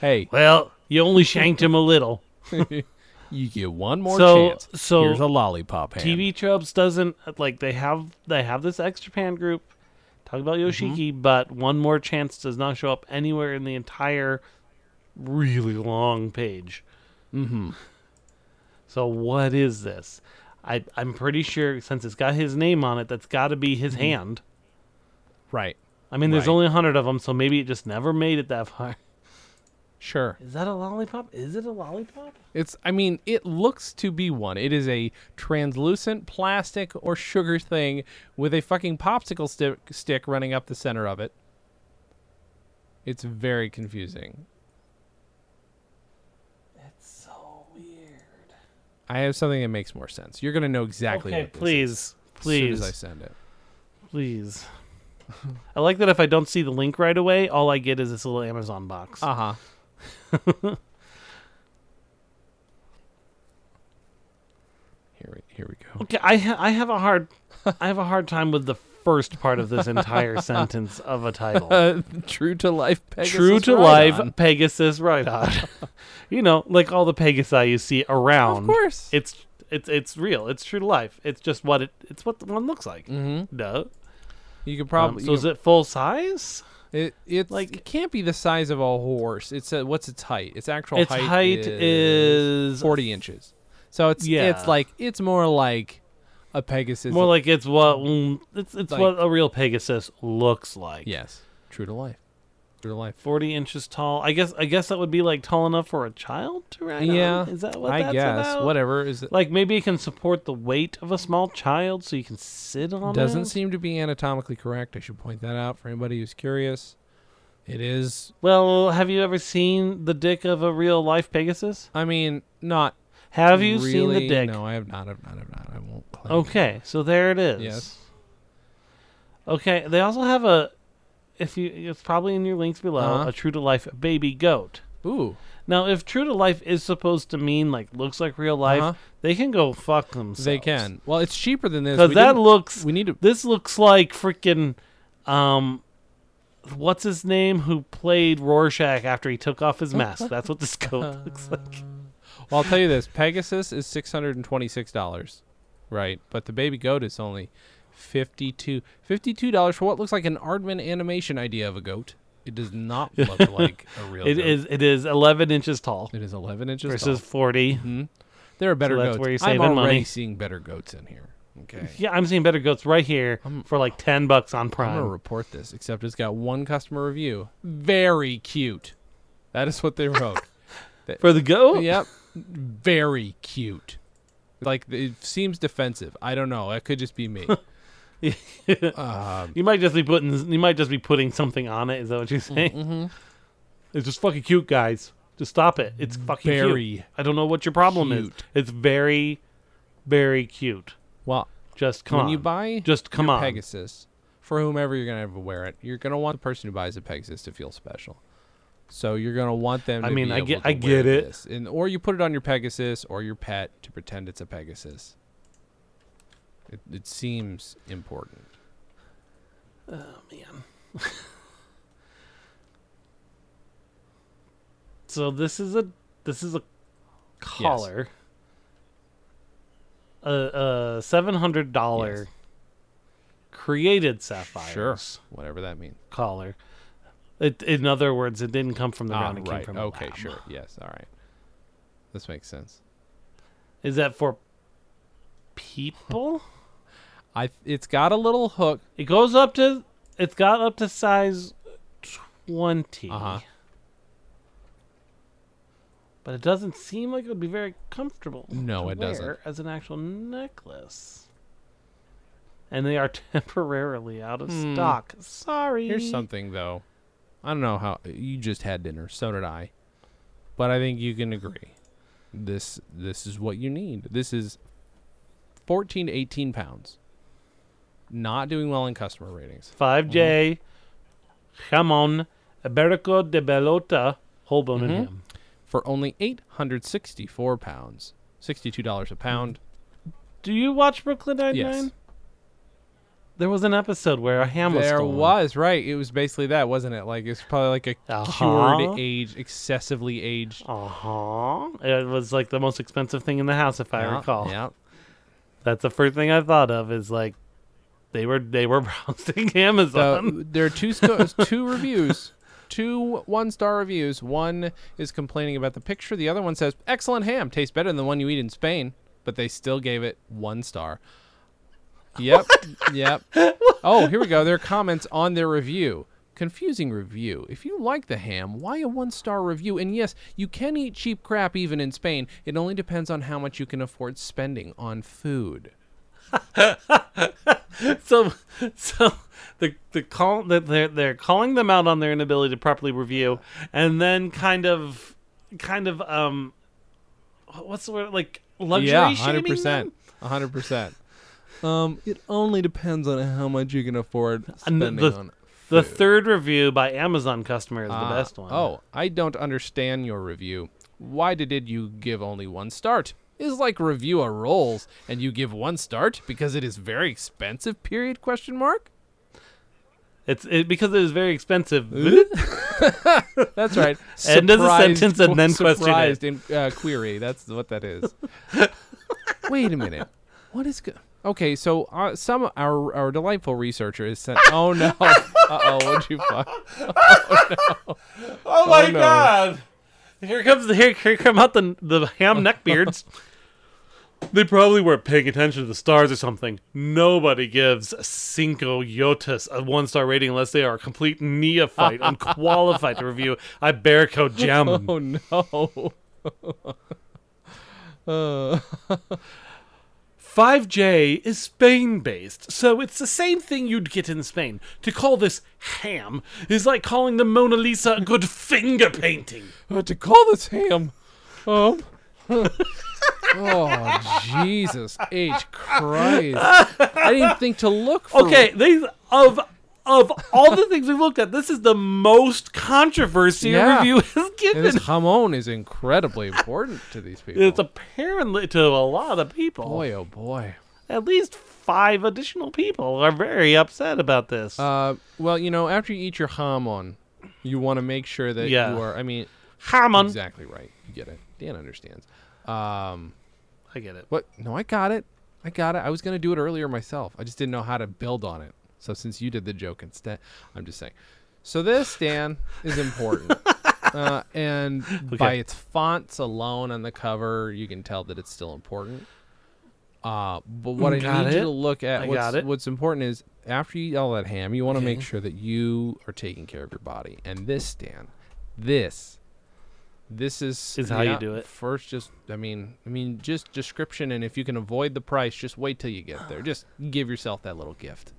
S2: hey,
S1: Well, you only shanked him a little.
S2: you get one more
S1: So-
S2: chance.
S1: so
S2: here's a lollipop hand.
S1: TV Tropes doesn't like they have they have this extra pan group talk about
S2: Mm-hmm.
S1: Yoshiki, but one more chance does not show up anywhere in the entire really long page. Mm-hmm. [laughs] So what is this? I I'm pretty sure since it's got his name on it, that's got to be his hand.
S2: Right.
S1: I mean, there's
S2: Mm-hmm. Right.
S1: only a hundred of them, so maybe it just never made it that far. [laughs]
S2: Sure.
S1: Is that a lollipop? Is it a lollipop?
S2: It's. I mean, it looks to be one. It is a translucent plastic or sugar thing with a fucking popsicle stick stick running up the center of it. It's very confusing.
S1: It's so weird.
S2: I have something that makes more sense. You're gonna know exactly.
S1: Okay,
S2: what this
S1: please,
S2: is as soon
S1: please.
S2: as I send it.
S1: Please. I like that if I don't see the link right away, all I get is this little Amazon box.
S2: Uh
S1: [laughs]
S2: huh. here we here we go.
S1: okay, I ha- I have a hard I have a hard time with the first part of this
S2: [laughs]
S1: entire sentence of a title.
S2: [laughs] Uh, true to life. Pegasus
S1: True to
S2: ride
S1: life,
S2: on.
S1: Pegasus right on. [laughs] you know, like all the Pegasi you see around.
S2: Of course.
S1: It's it's it's real. It's true to life. It's just what it it's what the one looks like. Mm-hmm. No.
S2: you could
S1: Um,
S2: probably.
S1: so is it full size?
S2: It it's
S1: Like-
S2: like it can't be the size of a horse. It's a, what's its height? Its actual
S1: Its
S2: height,
S1: height is
S2: forty inches. So it's
S1: Yeah.
S2: it's like it's more like a Pegasus.
S1: More like it's what mm, it's it's
S2: Like-
S1: what a real Pegasus looks like.
S2: yes, true to life, true to life.
S1: forty inches tall. I guess I guess that would be like tall enough for a child to ride. on?
S2: yeah,
S1: Um, is that what
S2: I
S1: that's
S2: guess
S1: about?
S2: whatever is
S1: Like maybe it can support the weight of a small child, so you can sit on
S2: doesn't
S1: it.
S2: seem to be anatomically correct. I should point that out for anybody who's curious. It is.
S1: well, have you ever seen the dick of a real life Pegasus?
S2: I mean, not.
S1: Have you seen the
S2: really-
S1: dick?
S2: No, I have not. I've not. I've not. I won't claim.
S1: Okay, so there it is.
S2: Yes.
S1: Okay, they also have a. If you, it's probably in your links below.
S2: Uh-huh.
S1: A true to life baby goat.
S2: Ooh.
S1: Now, if true to life is supposed to mean like looks like real life,
S2: Uh-huh.
S1: they can go fuck themselves.
S2: They can. Well, it's cheaper than this.
S1: Because
S2: We
S1: that
S2: didn't-
S1: looks.
S2: We need to.
S1: This looks like freaking. Um, what's his name? Who played Rorschach after he took off his
S2: [laughs]
S1: mask? That's what this
S2: Uh,
S1: goat looks like.
S2: Well, I'll tell you this: Pegasus is six hundred and twenty-six dollars, right? But the baby goat is only fifty-two fifty-two dollars for what looks like an Aardman animation idea of a goat. It does
S1: [laughs]
S2: not look like a real.
S1: It
S2: goat.
S1: is. It is 11 inches tall
S2: It is eleven inches Mm-hmm.
S1: versus
S2: tall.
S1: 40.
S2: There are better
S1: So that's
S2: goats.
S1: where you're
S2: I'm
S1: saving
S2: already
S1: money.
S2: seeing better goats in here. Okay.
S1: [laughs] Yeah, I'm seeing better goats right here for like 10 bucks on
S2: I'm gonna
S1: Prime.
S2: report this, except it's got one customer review. Very cute. That is what they wrote.
S1: [laughs] For the goat?
S2: yep. Very cute. Like it seems defensive. I don't know. It could just
S1: [laughs]
S2: be me.
S1: You might just be putting. You might just be putting something on it. Is that what you're saying? It's just fucking cute, guys. Just stop it. It's fucking
S2: Very
S1: cute. I don't know what your problem is.
S2: cute.
S1: It's very, very cute.
S2: Well,
S1: Just come
S2: when
S1: on.
S2: you buy
S1: just come
S2: your
S1: on.
S2: Pegasus for whomever you're gonna ever wear it, you're gonna want the person who buys a Pegasus to feel special. So you're gonna want them.
S1: I
S2: to
S1: mean,
S2: be
S1: I
S2: able
S1: get-
S2: to
S1: I
S2: wear
S1: get it.
S2: this. and or you put it on your Pegasus or your pet to pretend it's a Pegasus. It, it seems important.
S1: Man. [laughs] so this is a this is a collar. A, a seven hundred dollar
S2: Yes.
S1: created sapphire
S2: Whatever that means.
S1: collar. It, in other words, it didn't come from the
S2: Ah,
S1: ground. It came
S2: right.
S1: from the
S2: okay,
S1: lab.
S2: sure. Yes. All right. This makes sense.
S1: Is that for people?
S2: I. It's got a little hook.
S1: it goes up to. It's got up to size twenty.
S2: Uh-huh.
S1: But it doesn't seem like it would be very comfortable.
S2: No,
S1: to
S2: it doesn't.
S1: wear As an actual necklace. And they are [laughs] temporarily out of
S2: Hmm.
S1: stock. Sorry.
S2: Here's something though. I don't know how you just had dinner. So did I. But I think you can agree. This this is what you need. This is 14 to 18 pounds. Not doing well in customer ratings.
S1: 5J
S2: Mm-hmm.
S1: Jamon Iberico de Belota Holborn and
S2: Mhm.
S1: Ham.
S2: For only 864 pounds. $62 a pound.
S1: Do you watch Brooklyn Nine-Nine?
S2: Yes.
S1: There was an episode where a ham was
S2: There
S1: stolen.
S2: was, right. It was basically that, wasn't it? Like it's probably like a
S1: Uh-huh.
S2: cured aged, excessively aged.
S1: Uh-huh. It was like the most expensive thing in the house if I
S2: Yeah,
S1: recall.
S2: Yeah.
S1: That's the first thing I thought of is like they were they were [laughs] browsing Amazon.
S2: So there are two sto- [laughs] two reviews, two one star reviews. One is complaining about the picture. The other one says excellent ham, tastes better than the one you eat in Spain, but they still gave it one star. Yep, yep. Oh, here we go. Their comments on their review. Confusing review. If you like the ham, why a one star review? And yes, you can eat cheap crap even in Spain. It only depends on how much you can afford spending on food.
S1: [laughs] so so the the call that they're they're calling them out on their inability to properly review and then kind of kind of um what's the word like luxury
S2: yeah,
S1: shaming them?
S2: hundred percent. Um, it only depends on how much you can afford
S1: And the-
S2: spending
S1: the-
S2: on.
S1: The
S2: food.
S1: third review by Amazon customer is
S2: Ah,
S1: the best one.
S2: Oh, I don't understand your review. Why did it you give only one start? Is like review a rolls and you give one start because it is very expensive. Period? Question mark.
S1: It's it, because it is very expensive.
S2: That's right.
S1: [laughs] End of the
S2: Surprised-
S1: sentence and then question it.
S2: surprised in uh, query. That's what that
S1: [laughs]
S2: is. Wait a minute. What is go- okay? So uh, some our our delightful researcher is sent.
S1: [laughs]
S2: Oh no! Uh oh! What'd you find?
S1: Oh my
S2: no.
S1: god! Here comes the here, here come out the the ham [laughs] neckbeards. they probably weren't paying attention to the stars or something. Nobody gives cinco yotas a one star rating unless they are a complete neophyte, [laughs] unqualified to review Iberico [laughs] Gem.
S2: Oh no! Uh,
S1: 5J is Spain based, so it's the same thing you'd get in Spain. To call this ham is like calling the Mona Lisa a good finger painting.
S2: but to call this ham, um. [laughs] oh Jesus H Christ! I didn't think to look for
S1: Okay, they of of all the things we've looked at, this is the most controversy a
S2: Yeah.
S1: review [laughs] has
S2: And
S1: given.
S2: this [laughs] jamon is incredibly important to these people.
S1: It's apparently to a lot of people.
S2: boy, oh boy.
S1: At least five additional people are very upset about this.
S2: Uh, well, you know, after you eat your jamon, you want to make sure that
S1: Yeah.
S2: you are. I mean,
S1: Come on,
S2: exactly right. You get it. Dan understands. Um,
S1: I get it.
S2: what? No, I got it. I got it. I was gonna do it earlier myself. I just didn't know how to build on it. So since you did the joke instead, I'm just saying. So this Dan
S1: [laughs]
S2: is important. Uh, and by
S1: Okay.
S2: its fonts alone on the cover, you can tell that it's still important. Uh, but what I
S1: Mm, Got
S2: need you
S1: it.
S2: to look at,
S1: I
S2: what's,
S1: got it.
S2: what's important is after you eat all that ham, you want to make sure that you are taking care of your body. And this, Dan, this, this is
S1: Is how you do it.
S2: First, just I mean, I mean, just description, and if you can avoid the price, just wait till you get there. Just give yourself that little gift.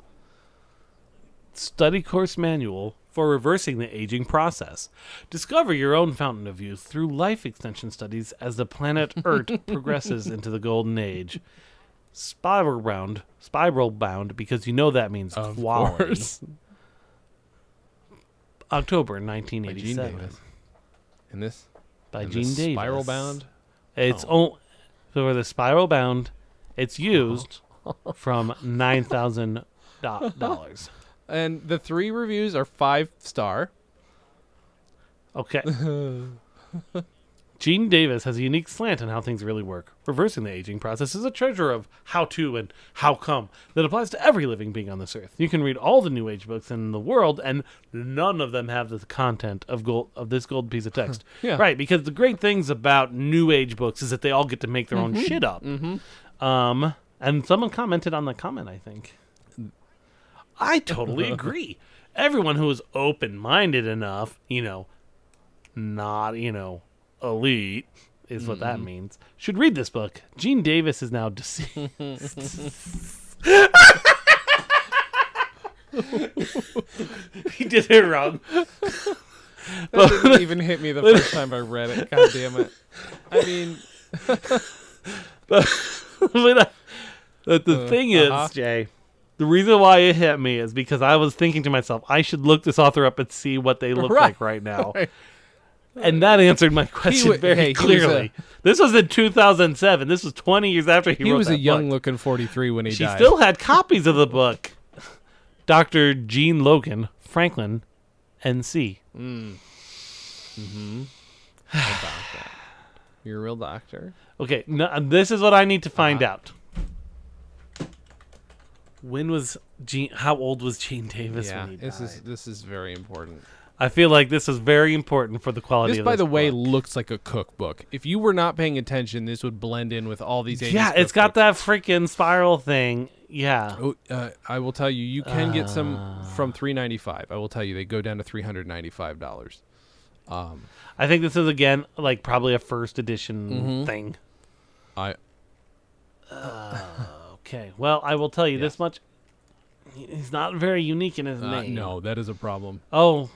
S1: Study course manual for reversing the aging process. Discover your own fountain of youth through life extension studies as the
S2: [laughs]
S1: planet Earth progresses into the golden age. Spiral bound, spiral bound, because you know that means quality. October
S2: By Gene
S1: 1987
S2: Davis. And this,
S1: by
S2: and
S1: Gene
S2: this
S1: Davis.
S2: spiral bound.
S1: It's on, so for the spiral bound, it's
S2: Uh-huh.
S1: used from nine thousand dollars.
S2: And the
S1: [laughs]
S2: three reviews are five star.
S1: Okay. Gene Davis has a unique slant on how things really work. Reversing the aging process is a treasure of how to and how come that applies to every living being on this earth. You can read all the New Age books in the world, and none of them have the content of gold of this gold piece of text.
S2: Yeah.
S1: Right, because the great things about New Age books is that they all get to make their own shit up. Um, and someone commented on the comment, I think. I totally agree. Everyone who is open minded enough, you know, not, you know, elite is what
S2: Mm-hmm.
S1: that means, should read this book. Gene Davis is now deceased. [laughs] he did it wrong.
S2: That didn't even hit me the first time I read it. God damn it. I mean,
S1: but uh, but the
S2: Uh,
S1: thing is,
S2: uh-huh.
S1: Jay, the reason why it hit me is because I was thinking to myself, I should look this author up and see what they look
S2: Right.
S1: like right now.
S2: [laughs] Right.
S1: And that answered my question
S2: wa-
S1: very
S2: hey, he was
S1: clearly. this was in 2007. This was 20 years after [laughs] he,
S2: he
S1: wrote
S2: was a
S1: that
S2: young
S1: book.
S2: looking 43 when he
S1: She
S2: died.
S1: still had copies of the book. [laughs] Dr. Gene Logan, Franklin, NC.
S2: You're a real doctor.
S1: Okay, no, this is what I need to find
S2: Uh-huh.
S1: out. When was Gene? How old was Gene Davis
S2: yeah,
S1: when he died?
S2: this is this is very important.
S1: I feel like this is very important for the quality.
S2: This,
S1: of
S2: by
S1: this
S2: the way,
S1: book.
S2: looks like a cookbook. If you were not paying attention, this would blend in with all these. 80s
S1: yeah, it's got
S2: cookbooks.
S1: that freaking spiral thing. Yeah,
S2: Oh, uh, I will tell you, you can get some
S1: Ah.
S2: from three ninety five. I will tell you, they go down to three hundred ninety five dollars.
S1: I think this is again like probably a first edition
S2: Mm-hmm.
S1: thing.
S2: I
S1: Okay, well, I will tell you this much: he- he's not very unique in his
S2: uh,
S1: name.
S2: no, that is a problem.
S1: Oh,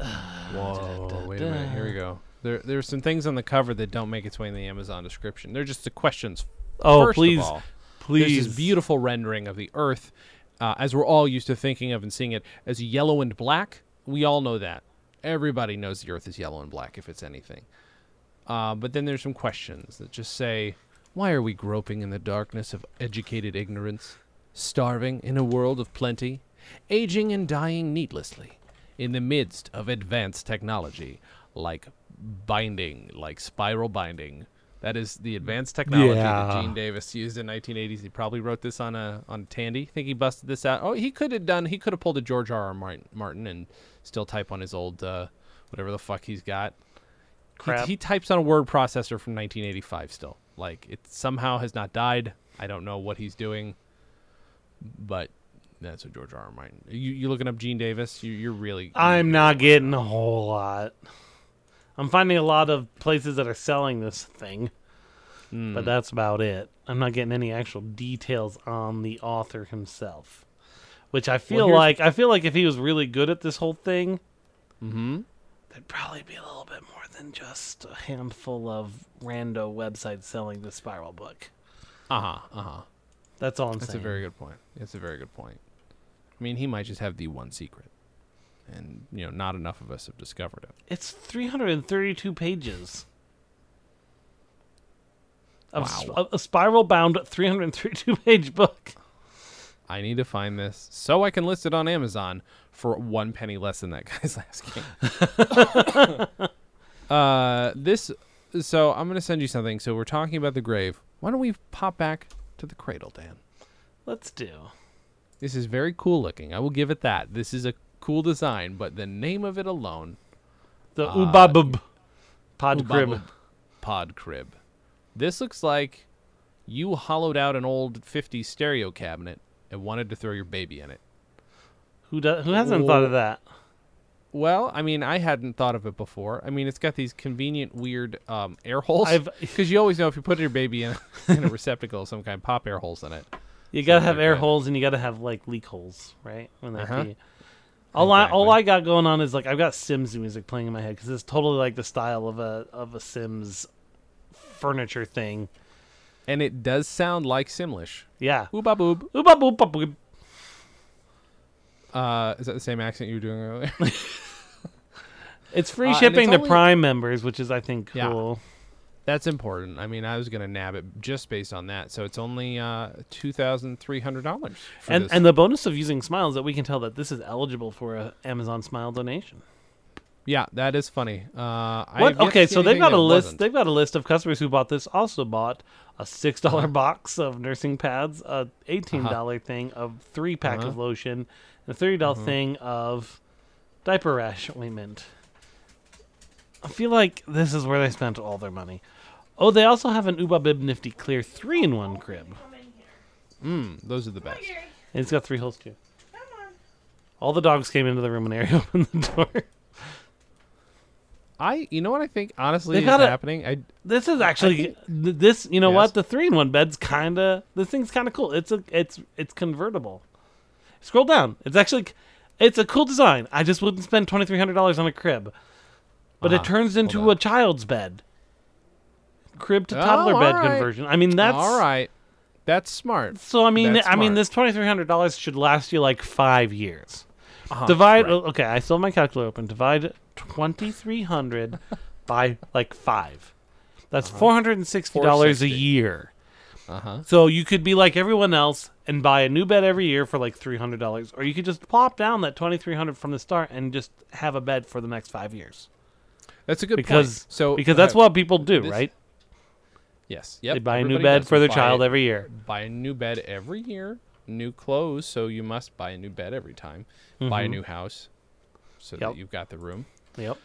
S1: Ah,
S2: Whoa, wait a minute. Here we go. There, there's some things on the cover that don't make its way in the Amazon description. They're just the questions.
S1: Oh,
S2: first
S1: please,
S2: of all.
S1: please,
S2: There's this beautiful rendering of the Earth, uh, as we're all used to thinking of and seeing it as yellow and black. We all know that. Everybody knows the Earth is yellow and black, if it's anything. Uh, but then there's some questions that just say, "Why are we groping in the darkness of educated ignorance, starving in a world of plenty, aging and dying needlessly, in the midst of advanced technology, like binding, like spiral binding." That is the advanced technology that
S1: Yeah.
S2: Gene Davis used in 1980s. He probably wrote this on a on Tandy. think he busted this out. Oh, he could have done. He could have pulled a George R. R. Martin, Martin and still type on his old uh, whatever the fuck he's got. He-
S1: crap.
S2: He, types on a word processor from 1985 still. Like it somehow has not died. I don't know what he's doing, but that's what George R. R. Martin. You you looking up Gene Davis? You you're really.
S1: I'm not getting a whole lot. I'm finding a lot of places that are selling this thing,
S2: Hmm.
S1: but that's about it. I'm not getting any actual details on the author himself, which I feel
S2: here's-
S1: like I feel like if he was really good at this whole thing,
S2: Mm-hmm.
S1: there'd probably be a little bit more than just a handful of rando websites selling the spiral book.
S2: Uh huh. Uh huh.
S1: That's all I'm
S2: That's
S1: saying.
S2: a very good point. That's a very good point. I mean, he might just have the one secret, and you know, not enough of us have discovered it.
S1: It's 332 pages. Of s-
S2: Wow.
S1: of a spiral bound 332 [laughs] page book.
S2: I need to find this so I can list it on Amazon for one penny less than that guy's [laughs] asking. uh, this. So I'm gonna send you something. So we're talking about the grave. Why don't we pop back to the cradle, Dan?
S1: Let's do.
S2: This is very cool looking. I will give it that. This is a cool design, but the name of it alone
S1: The
S2: Uh,
S1: Ubabub pod
S2: Ubabub
S1: crib.
S2: Pod crib. This looks like you hollowed out an old 50s stereo cabinet and wanted to throw your baby in it.
S1: Who, does, who hasn't thought of that?
S2: Well, I mean, I hadn't thought of it before. I mean, it's got these convenient, weird um, air holes. [laughs]
S1: I've-
S2: Because you always know if you put your baby in, in a [laughs] receptacle of some kind, pop air holes in it.
S1: You gotta
S2: Something
S1: have
S2: like
S1: air
S2: that.
S1: holes and you gotta have like leak holes, right? When they
S2: Uh-huh.
S1: pee. All I all
S2: Exactly.
S1: I got going on is like I've got Sims music playing in my head because it's totally like the style of a of a Sims furniture thing.
S2: And it does sound like Simlish.
S1: Yeah.
S2: Ooba boob.
S1: Ubabub. babub.
S2: Uh, is that the same accent you were doing earlier? [laughs]
S1: It's free
S2: Uh, and it's
S1: shipping to
S2: only-
S1: Prime members, which is I think
S2: Yeah.
S1: cool.
S2: That's important. I mean, I was gonna nab it just based on that. So it's only uh, two thousand three hundred dollars.
S1: And and the bonus of using Smile is that we can tell that this is eligible for a Amazon Smile donation.
S2: Yeah, that is funny. Uh, I have
S1: What?
S2: yet to
S1: Okay,
S2: see
S1: so they've
S2: anything
S1: got a
S2: that
S1: list.
S2: wasn't.
S1: They've got a list of customers who bought this. Also bought a six
S2: [laughs]
S1: box of nursing pads, a
S2: Uh-huh.
S1: eighteen thing of three pack of lotion, and a thirty
S2: Mm-hmm.
S1: thing of diaper rash ointment. I feel like this is where they spent all their money. Oh, they also have an Uba Bib Nifty Clear three in one crib.
S4: Come in here.
S2: Those are the best.
S4: Gary,
S1: And it's got three holes too.
S4: come on.
S1: All the dogs came into the room and Ari [laughs] opened the door.
S2: I, you know what I think? Honestly,
S1: They've
S2: is
S1: got a-
S2: happening. I
S1: This is actually th- this. You know
S2: Yes.
S1: what? The three in one bed's kind of this thing's kind of cool. It's a it's it's convertible. Scroll down. It's actually c- it's a cool design. I just wouldn't spend twenty three hundred dollars on a crib, but
S2: Ah,
S1: it turns into
S2: on.
S1: a child's bed. Crib to
S2: Oh,
S1: toddler bed
S2: alright.
S1: conversion. I mean that's
S2: all right. That's smart.
S1: So I mean
S2: That's
S1: I mean
S2: smart.
S1: this twenty three hundred dollars should last you like five years. Divide.
S2: Uh-huh, right.
S1: oh, Okay, I still have my calculator open. Divide twenty three
S2: [laughs]
S1: hundred by like five. That's
S2: Uh-huh.
S1: hundred and sixty dollars a
S2: 460.
S1: year.
S2: Uh huh.
S1: So you could be like everyone else and buy a new bed every year for like three hundred dollars, or you could just plop down that twenty three hundred from the start and just have a bed for the next five years.
S2: That's a good
S1: Because
S2: point. So
S1: because that's
S2: okay.
S1: what people do,
S2: This-
S1: right?
S2: Yes. Yep.
S1: they buy a new
S2: everybody
S1: bed
S2: does.
S1: for their
S2: Buy
S1: child
S2: it-
S1: every year.
S2: buy a new bed every year, new clothes, so you must buy a new bed every time. Buy a new house, so
S1: Mm-hmm. Yep.
S2: that you've got the room.
S1: Yep.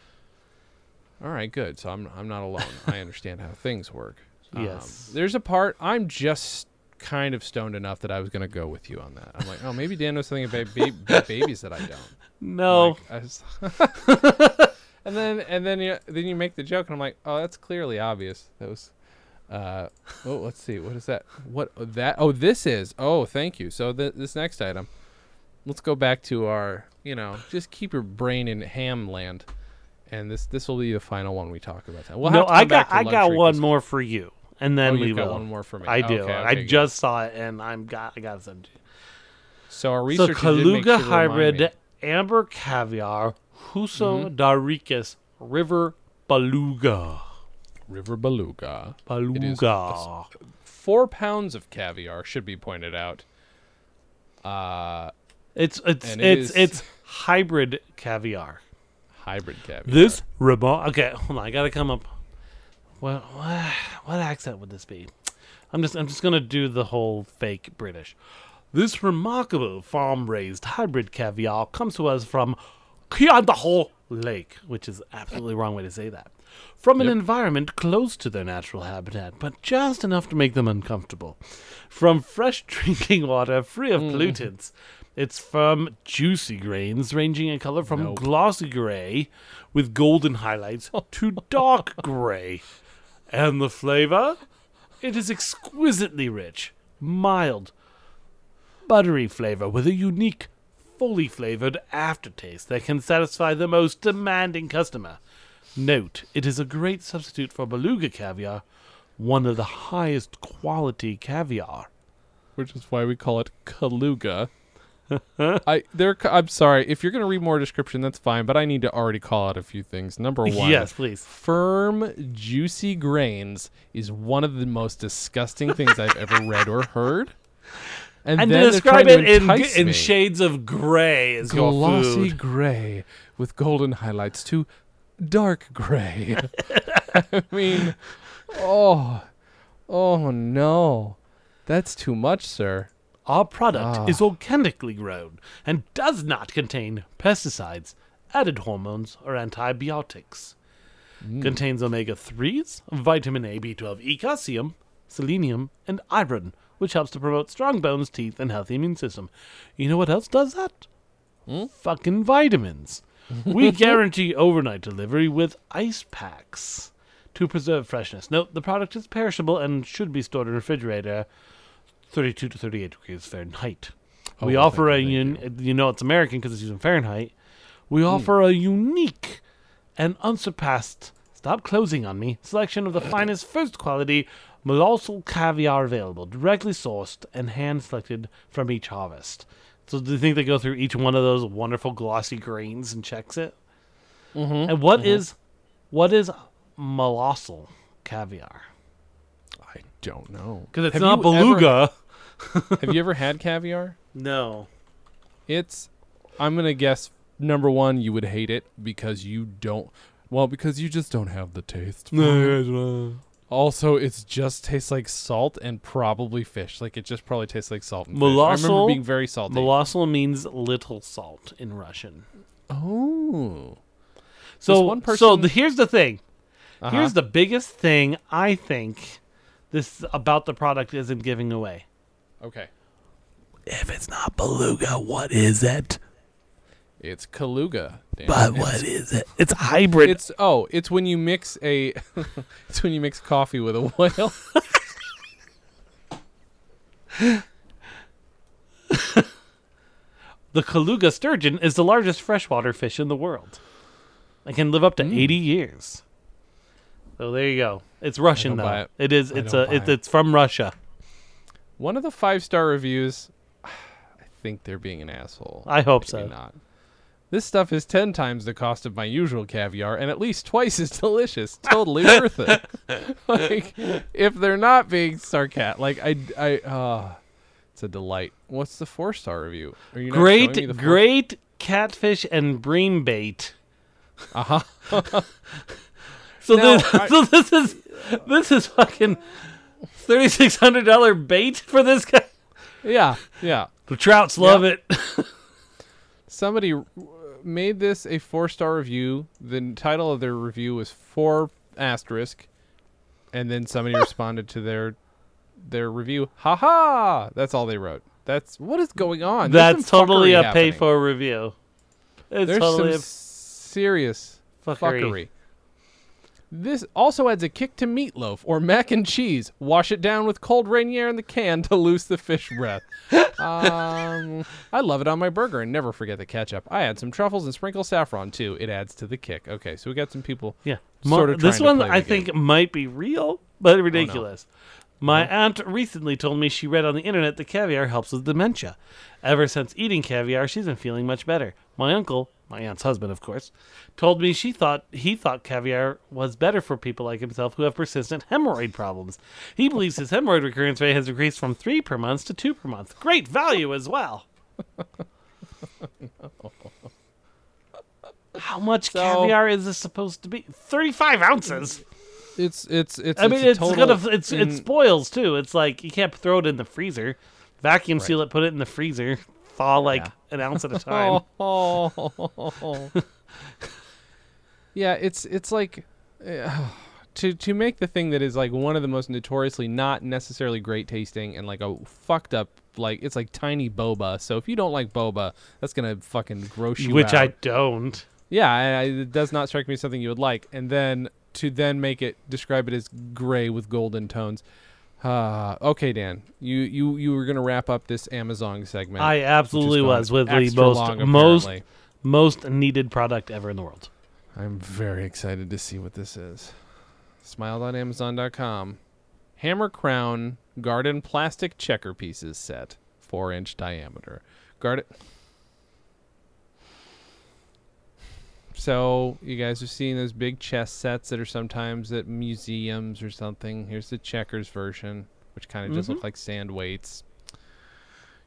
S2: All right, good. So I'm I'm not alone. I understand how things work.
S1: Yes.
S2: There's a part I'm just kind of stoned enough that I was gonna go with you on that. I'm like, oh, maybe Dan knows something about ba- babies that I don't.
S1: No.
S2: Like, I was- [laughs] and then and then you then you make the joke, and I'm like, oh, that's clearly obvious. That was. Uh, oh, let's see. What is that? What that? Oh, this is. Oh, thank you. So th- this next item. Let's go back to our. You know, just keep your brain in ham land, and this this will be the final one we talk about. We'll
S1: no,
S2: have to
S1: I
S2: come back
S1: got
S2: to
S1: I got
S2: luxury
S1: one
S2: 'cause-
S1: more for you, and then
S2: Oh,
S1: we
S2: you've got
S1: will.
S2: one more for me.
S1: I do.
S2: Okay,
S1: I
S2: okay, good.
S1: just saw it, and I'm got I got something.
S2: So our
S1: So
S2: researcher
S1: Kaluga
S2: did make sure to remind me. Mm-hmm.
S1: hybrid, amber caviar, Huso daricus, river beluga,
S2: River Beluga. is
S1: beluga.
S2: Four pounds of caviar should be pointed out. Uh,
S1: It's it's
S2: and it
S1: it's
S2: is-
S1: it's hybrid caviar.
S2: hybrid caviar.
S1: This ribbon. Okay, hold on. I gotta come up. What what, what accent would this be? I'm just I'm just gonna do the whole fake British. This remarkable farm-raised hybrid caviar comes to us from Kiandaho Lake, which is absolutely wrong way to say that. From an environment close to their natural habitat, but just enough to make them uncomfortable. From fresh [laughs] drinking water free of pollutants, its firm, juicy grains ranging in color from glossy gray with golden highlights to dark gray. And the flavor? It is exquisitely rich, mild, buttery flavor with a unique, fully flavored aftertaste that can satisfy the most demanding customer. Note, it is a great substitute for beluga caviar, one of the highest quality caviar.
S2: which is why we call it
S1: [laughs]
S2: Kaluga. I there. I'm sorry if you're going to read more description, that's fine. But I need to already call out a few things.
S1: [laughs]
S2: Number one,
S1: Yes, please.
S2: Firm, juicy grains is one of the most disgusting things I've ever read or
S1: [laughs]
S2: heard. And,
S1: And
S2: then
S1: to
S2: they're
S1: describe
S2: trying
S1: it
S2: to
S1: in,
S2: entice
S1: in
S2: me.
S1: shades of gray is your
S2: glossy
S1: food.
S2: gray with golden highlights to dark gray. [laughs] I mean, oh, oh no, that's too much, sir.
S1: Our product is organically grown and does not contain pesticides, added hormones, or antibiotics. Contains omega 3s, vitamin A, B12, E, calcium, selenium, and iron, which helps to promote strong bones, teeth, and healthy immune system. You know what else does that? Fucking vitamins. we guarantee overnight delivery with ice packs to preserve freshness. Note the product is perishable and should be stored in a refrigerator 32 to 38 degrees Fahrenheit. we
S2: well,
S1: offer a
S2: thank you,
S1: un- you Hmm. know it's American because it's using Fahrenheit. We offer a unique and unsurpassed stop closing on me selection [clears throat] of the finest first quality molossal caviar available, directly sourced and hand selected from each harvest. So do you think they go through each one of those wonderful glossy grains and checks it? Mm-hmm, and what is what is molossal caviar?
S2: I don't know
S1: Because it's
S2: Have
S1: not
S2: you ever-
S1: beluga.
S2: have you ever had caviar?
S1: No.
S2: It's, I'm gonna guess, number one, you would hate it because you don't. Well, because you just don't have the taste. Also, it's just tastes like salt and probably fish. Like it just probably tastes like salt. And fish. I remember
S1: Molosal-
S2: being very salty.
S1: Molosal means little salt in Russian.
S2: oh,
S1: So
S2: one
S1: so
S2: person-
S1: the, here's the thing.
S2: Uh-huh.
S1: Here's the biggest thing I think this about the product isn't giving away.
S2: okay.
S1: If it's not beluga, what is it?
S2: It's Kaluga. Dan.
S1: Uh, what is it? It's hybrid.
S2: It's oh, it's when you mix a, [laughs] it's when you mix coffee with a [laughs] whale.
S1: the Kaluga sturgeon is the largest freshwater fish in the world. It can live up
S2: Hmm.
S1: to 80 years. So there you go. It's Russian
S2: don't
S1: though.
S2: buy it.
S1: it is.
S2: I
S1: It's
S2: don't
S1: a.
S2: buy
S1: It's,
S2: it.
S1: it's from Russia.
S2: One of the five star reviews. [sighs] I think they're being an asshole.
S1: I hope
S2: Maybe
S1: so.
S2: not. This stuff is ten times the cost of my usual caviar, and at least twice as [laughs] delicious. Totally worth it.
S1: [laughs]
S2: Like, if they're not being sarcastic, like I, I, uh, it's a delight. What's the four star review? Are you not showing me the
S1: Great,
S2: four-
S1: great catfish and bream bait.
S2: Uh-huh.
S1: [laughs] So
S2: Now,
S1: this, [laughs]
S2: I-
S1: so this is this is fucking thirty six hundred dollar bait for this guy.
S2: Yeah, yeah.
S1: The trouts love it.
S2: somebody r- made this a four star review. The title of their review was four asterisk, and then somebody responded to their their review. Ha ha! That's all they wrote. That's what is going on. There's
S1: [laughs] That's
S2: some
S1: totally
S2: fuckery
S1: a pay
S2: happening.
S1: for review. It's
S2: There's
S1: totally
S2: some serious
S1: a
S2: fuckery.
S1: fuckery.
S2: This also adds a kick to meatloaf or mac and cheese. Wash it down with cold Rainier in the can to loose the fish breath. um, I love it on my burger and never forget the ketchup. I add some truffles and sprinkle saffron too. It adds to the kick. Okay, so we got some people.
S1: Yeah,
S2: Sort of
S1: this one
S2: trying to play the
S1: I
S2: game. Oh,
S1: think might be real, but ridiculous. My aunt recently told me she read on the internet that caviar helps with dementia. Ever since eating caviar, she's been feeling much better. My uncle, my aunt's husband, of course, told me she thought he thought caviar was better for people like himself who have persistent hemorrhoid problems. He believes his hemorrhoid recurrence rate has increased from three per month to two per month. Great value as well. How much caviar is this supposed to be? Thirty-five ounces.
S2: It's it's it's.
S1: I mean,
S2: a
S1: it's
S2: total
S1: gonna it's
S2: in-
S1: it spoils too. It's like you can't throw it in the freezer, vacuum seal it, put it in the freezer, thaw like
S2: Yeah.
S1: an ounce
S2: [laughs]
S1: at a time.
S2: Oh. yeah, it's it's like [sighs] eh, to to make the thing that is like one of the most notoriously not necessarily great tasting and like a fucked up like it's like tiny boba. So if you don't like boba, that's gonna fucking gross you
S1: which I
S2: out.
S1: don't.
S2: yeah, I, I, it does not strike me as something you would like. And then to then make it describe it as gray with golden tones. [sighs] Uh, okay, Dan, you you you were gonna wrap up this Amazon segment.
S1: I absolutely
S2: gone
S1: was with the
S2: extra
S1: most
S2: long,
S1: most
S2: apparently.
S1: most needed product ever in the world.
S2: I'm very excited to see what this is. Smile.amazon.com. Hammer Crown Garden Plastic Checker Pieces Set, 4 inch diameter. Garden. So, you guys have seen those big chess sets that are sometimes at museums or something. Here's the checkers version, which kind of just look like sand weights.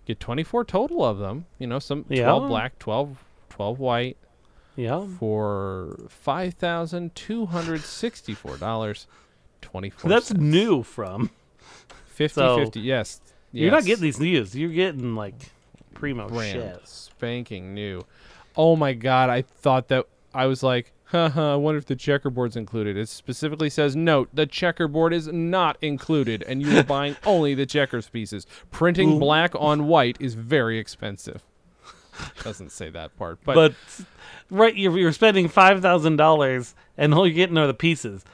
S2: Get 24 total of them. You know, some 12
S1: Yeah.
S2: black, 12, 12 white
S1: Yeah,
S2: for five thousand two hundred sixty-four dollars twenty-four.
S1: that's new from.
S2: 50,
S1: so-
S2: 50 Yes,
S1: You're not
S2: yes.
S1: getting these news. You're getting like primo
S2: brand
S1: shit.
S2: spanking new. Oh my god! I thought that I was like, haha. I wonder if the checkerboard's included. It specifically says, note the checkerboard is not included, and you
S1: [laughs]
S2: are buying only the checkers pieces. Printing black on white is very expensive. Doesn't say that part, but,
S1: But right, you're, you're spending five thousand dollars, and all you're getting are the pieces.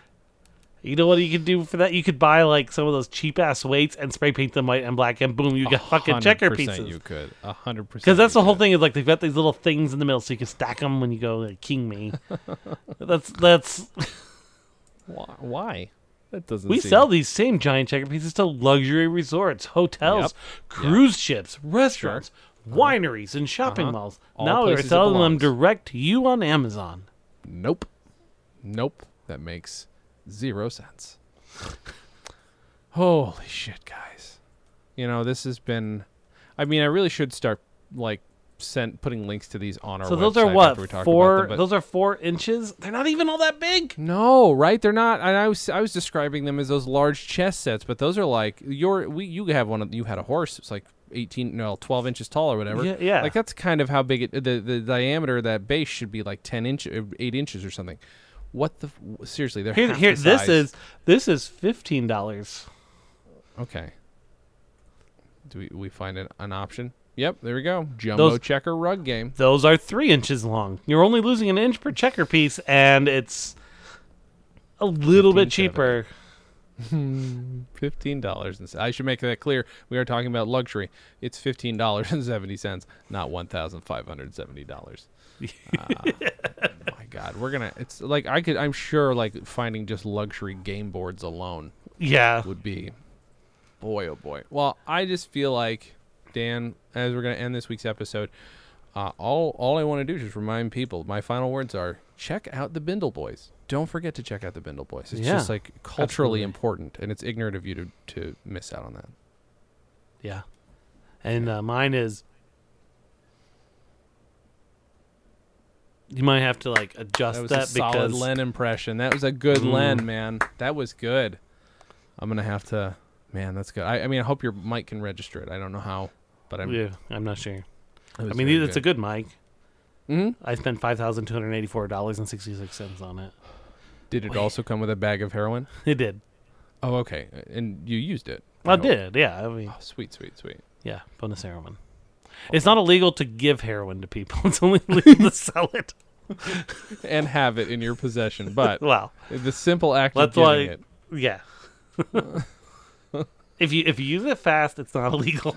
S1: You know what you could do for that? You could buy like some of those cheap ass weights and spray paint them white and black, and boom, you got fucking checker
S2: 100%
S1: pieces.
S2: You could a hundred percent.
S1: Because that's
S2: you
S1: the whole
S2: could.
S1: thing is like they've got these little things in the middle, so you can stack them when you go like, king me. [laughs] that's that's
S2: Why? Why? That doesn't.
S1: we
S2: seem-
S1: sell these same giant checker pieces to luxury resorts, hotels, cruise ships, restaurants, wineries, and shopping
S2: Uh-huh.
S1: malls.
S2: All
S1: now they're
S2: places it
S1: selling them
S2: belongs.
S1: direct to you on Amazon.
S2: Nope. Nope. That makes zero sense. Holy shit, guys! You know this has been. I mean, I really should start like sent putting links to these on our.
S1: So those are
S2: website
S1: what
S2: after we talk
S1: four?
S2: About them, but-
S1: those are four inches. They're not even all that big.
S2: No, right? They're not. And I was I was describing them as those large chess sets, but those are like your we you have one of you had a horse. It's like eighteen, no, twelve inches tall or whatever.
S1: Yeah, yeah.
S2: Like that's kind of how big it the the diameter of that base should be like ten inch, uh, eight inches or something. What the f- seriously? They're
S1: Here,
S2: half
S1: here.
S2: the
S1: This
S2: size.
S1: is this is fifteen dollars.
S2: okay. Do we we find an, an option? Yep, there we go. Jumbo
S1: Those-
S2: checker rug game.
S1: Those are three inches long. You're only losing an inch per checker piece, and it's a little bit
S2: 15.70.
S1: cheaper.
S2: Fifteen dollars and I should make that clear. We are talking about luxury. It's fifteen dollars and seventy cents, not one thousand five hundred seventy dollars. Ah, my God, we're gonna. It's like I could. I'm sure like finding just luxury game boards alone
S1: Yeah.
S2: would be, boy oh boy. Well, I just feel like Dan, as we're gonna end this week's episode, uh, all all I want to do is just remind people. My final words are: check out the Bindle Boys. Don't forget to check out the Bindle Boys. It's
S1: Yeah,
S2: just like culturally
S1: absolutely.
S2: important, and it's ignorant of you to to miss out on that.
S1: Yeah. And uh, mine is. You might have to like adjust
S2: That was
S1: that,
S2: a solid
S1: because Mm.
S2: Len impression. That was a good Len, man. That was good. I'm gonna have to. Man, that's good. I, I mean, I hope your mic can register it. I don't know how, but I'm.
S1: yeah, I'm not sure.
S2: it was
S1: I mean,
S2: very
S1: it's
S2: good.
S1: a good mic.
S2: Mhm.
S1: I spent five thousand two hundred eighty-four dollars and sixty-six cents on it.
S2: Did it also come with a bag of heroin?
S1: It did.
S2: Oh, okay. And you used it.
S1: I
S2: hope.
S1: did. Yeah. I mean,
S2: Oh, sweet, sweet, sweet.
S1: yeah. Bonus heroin. It's not illegal to give heroin to people. [laughs] It's only legal to sell it.
S2: And have it in
S1: [laughs]
S2: your possession, but
S1: Wow.
S2: the simple act of
S1: That's
S2: doing
S1: why.
S2: it.
S1: Yeah. if you if you use it fast, it's not [laughs] illegal.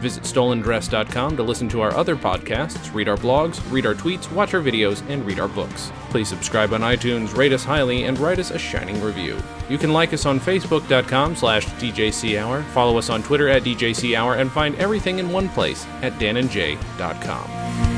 S2: Visit stolendress.com to listen to our other podcasts, read our blogs, read our tweets, watch our videos, and read our books. Please subscribe on iTunes, rate us highly, and write us a shining review. You can like us on facebook.com slash djchour, follow us on Twitter at djchour, and find everything in one place at danandjay.com.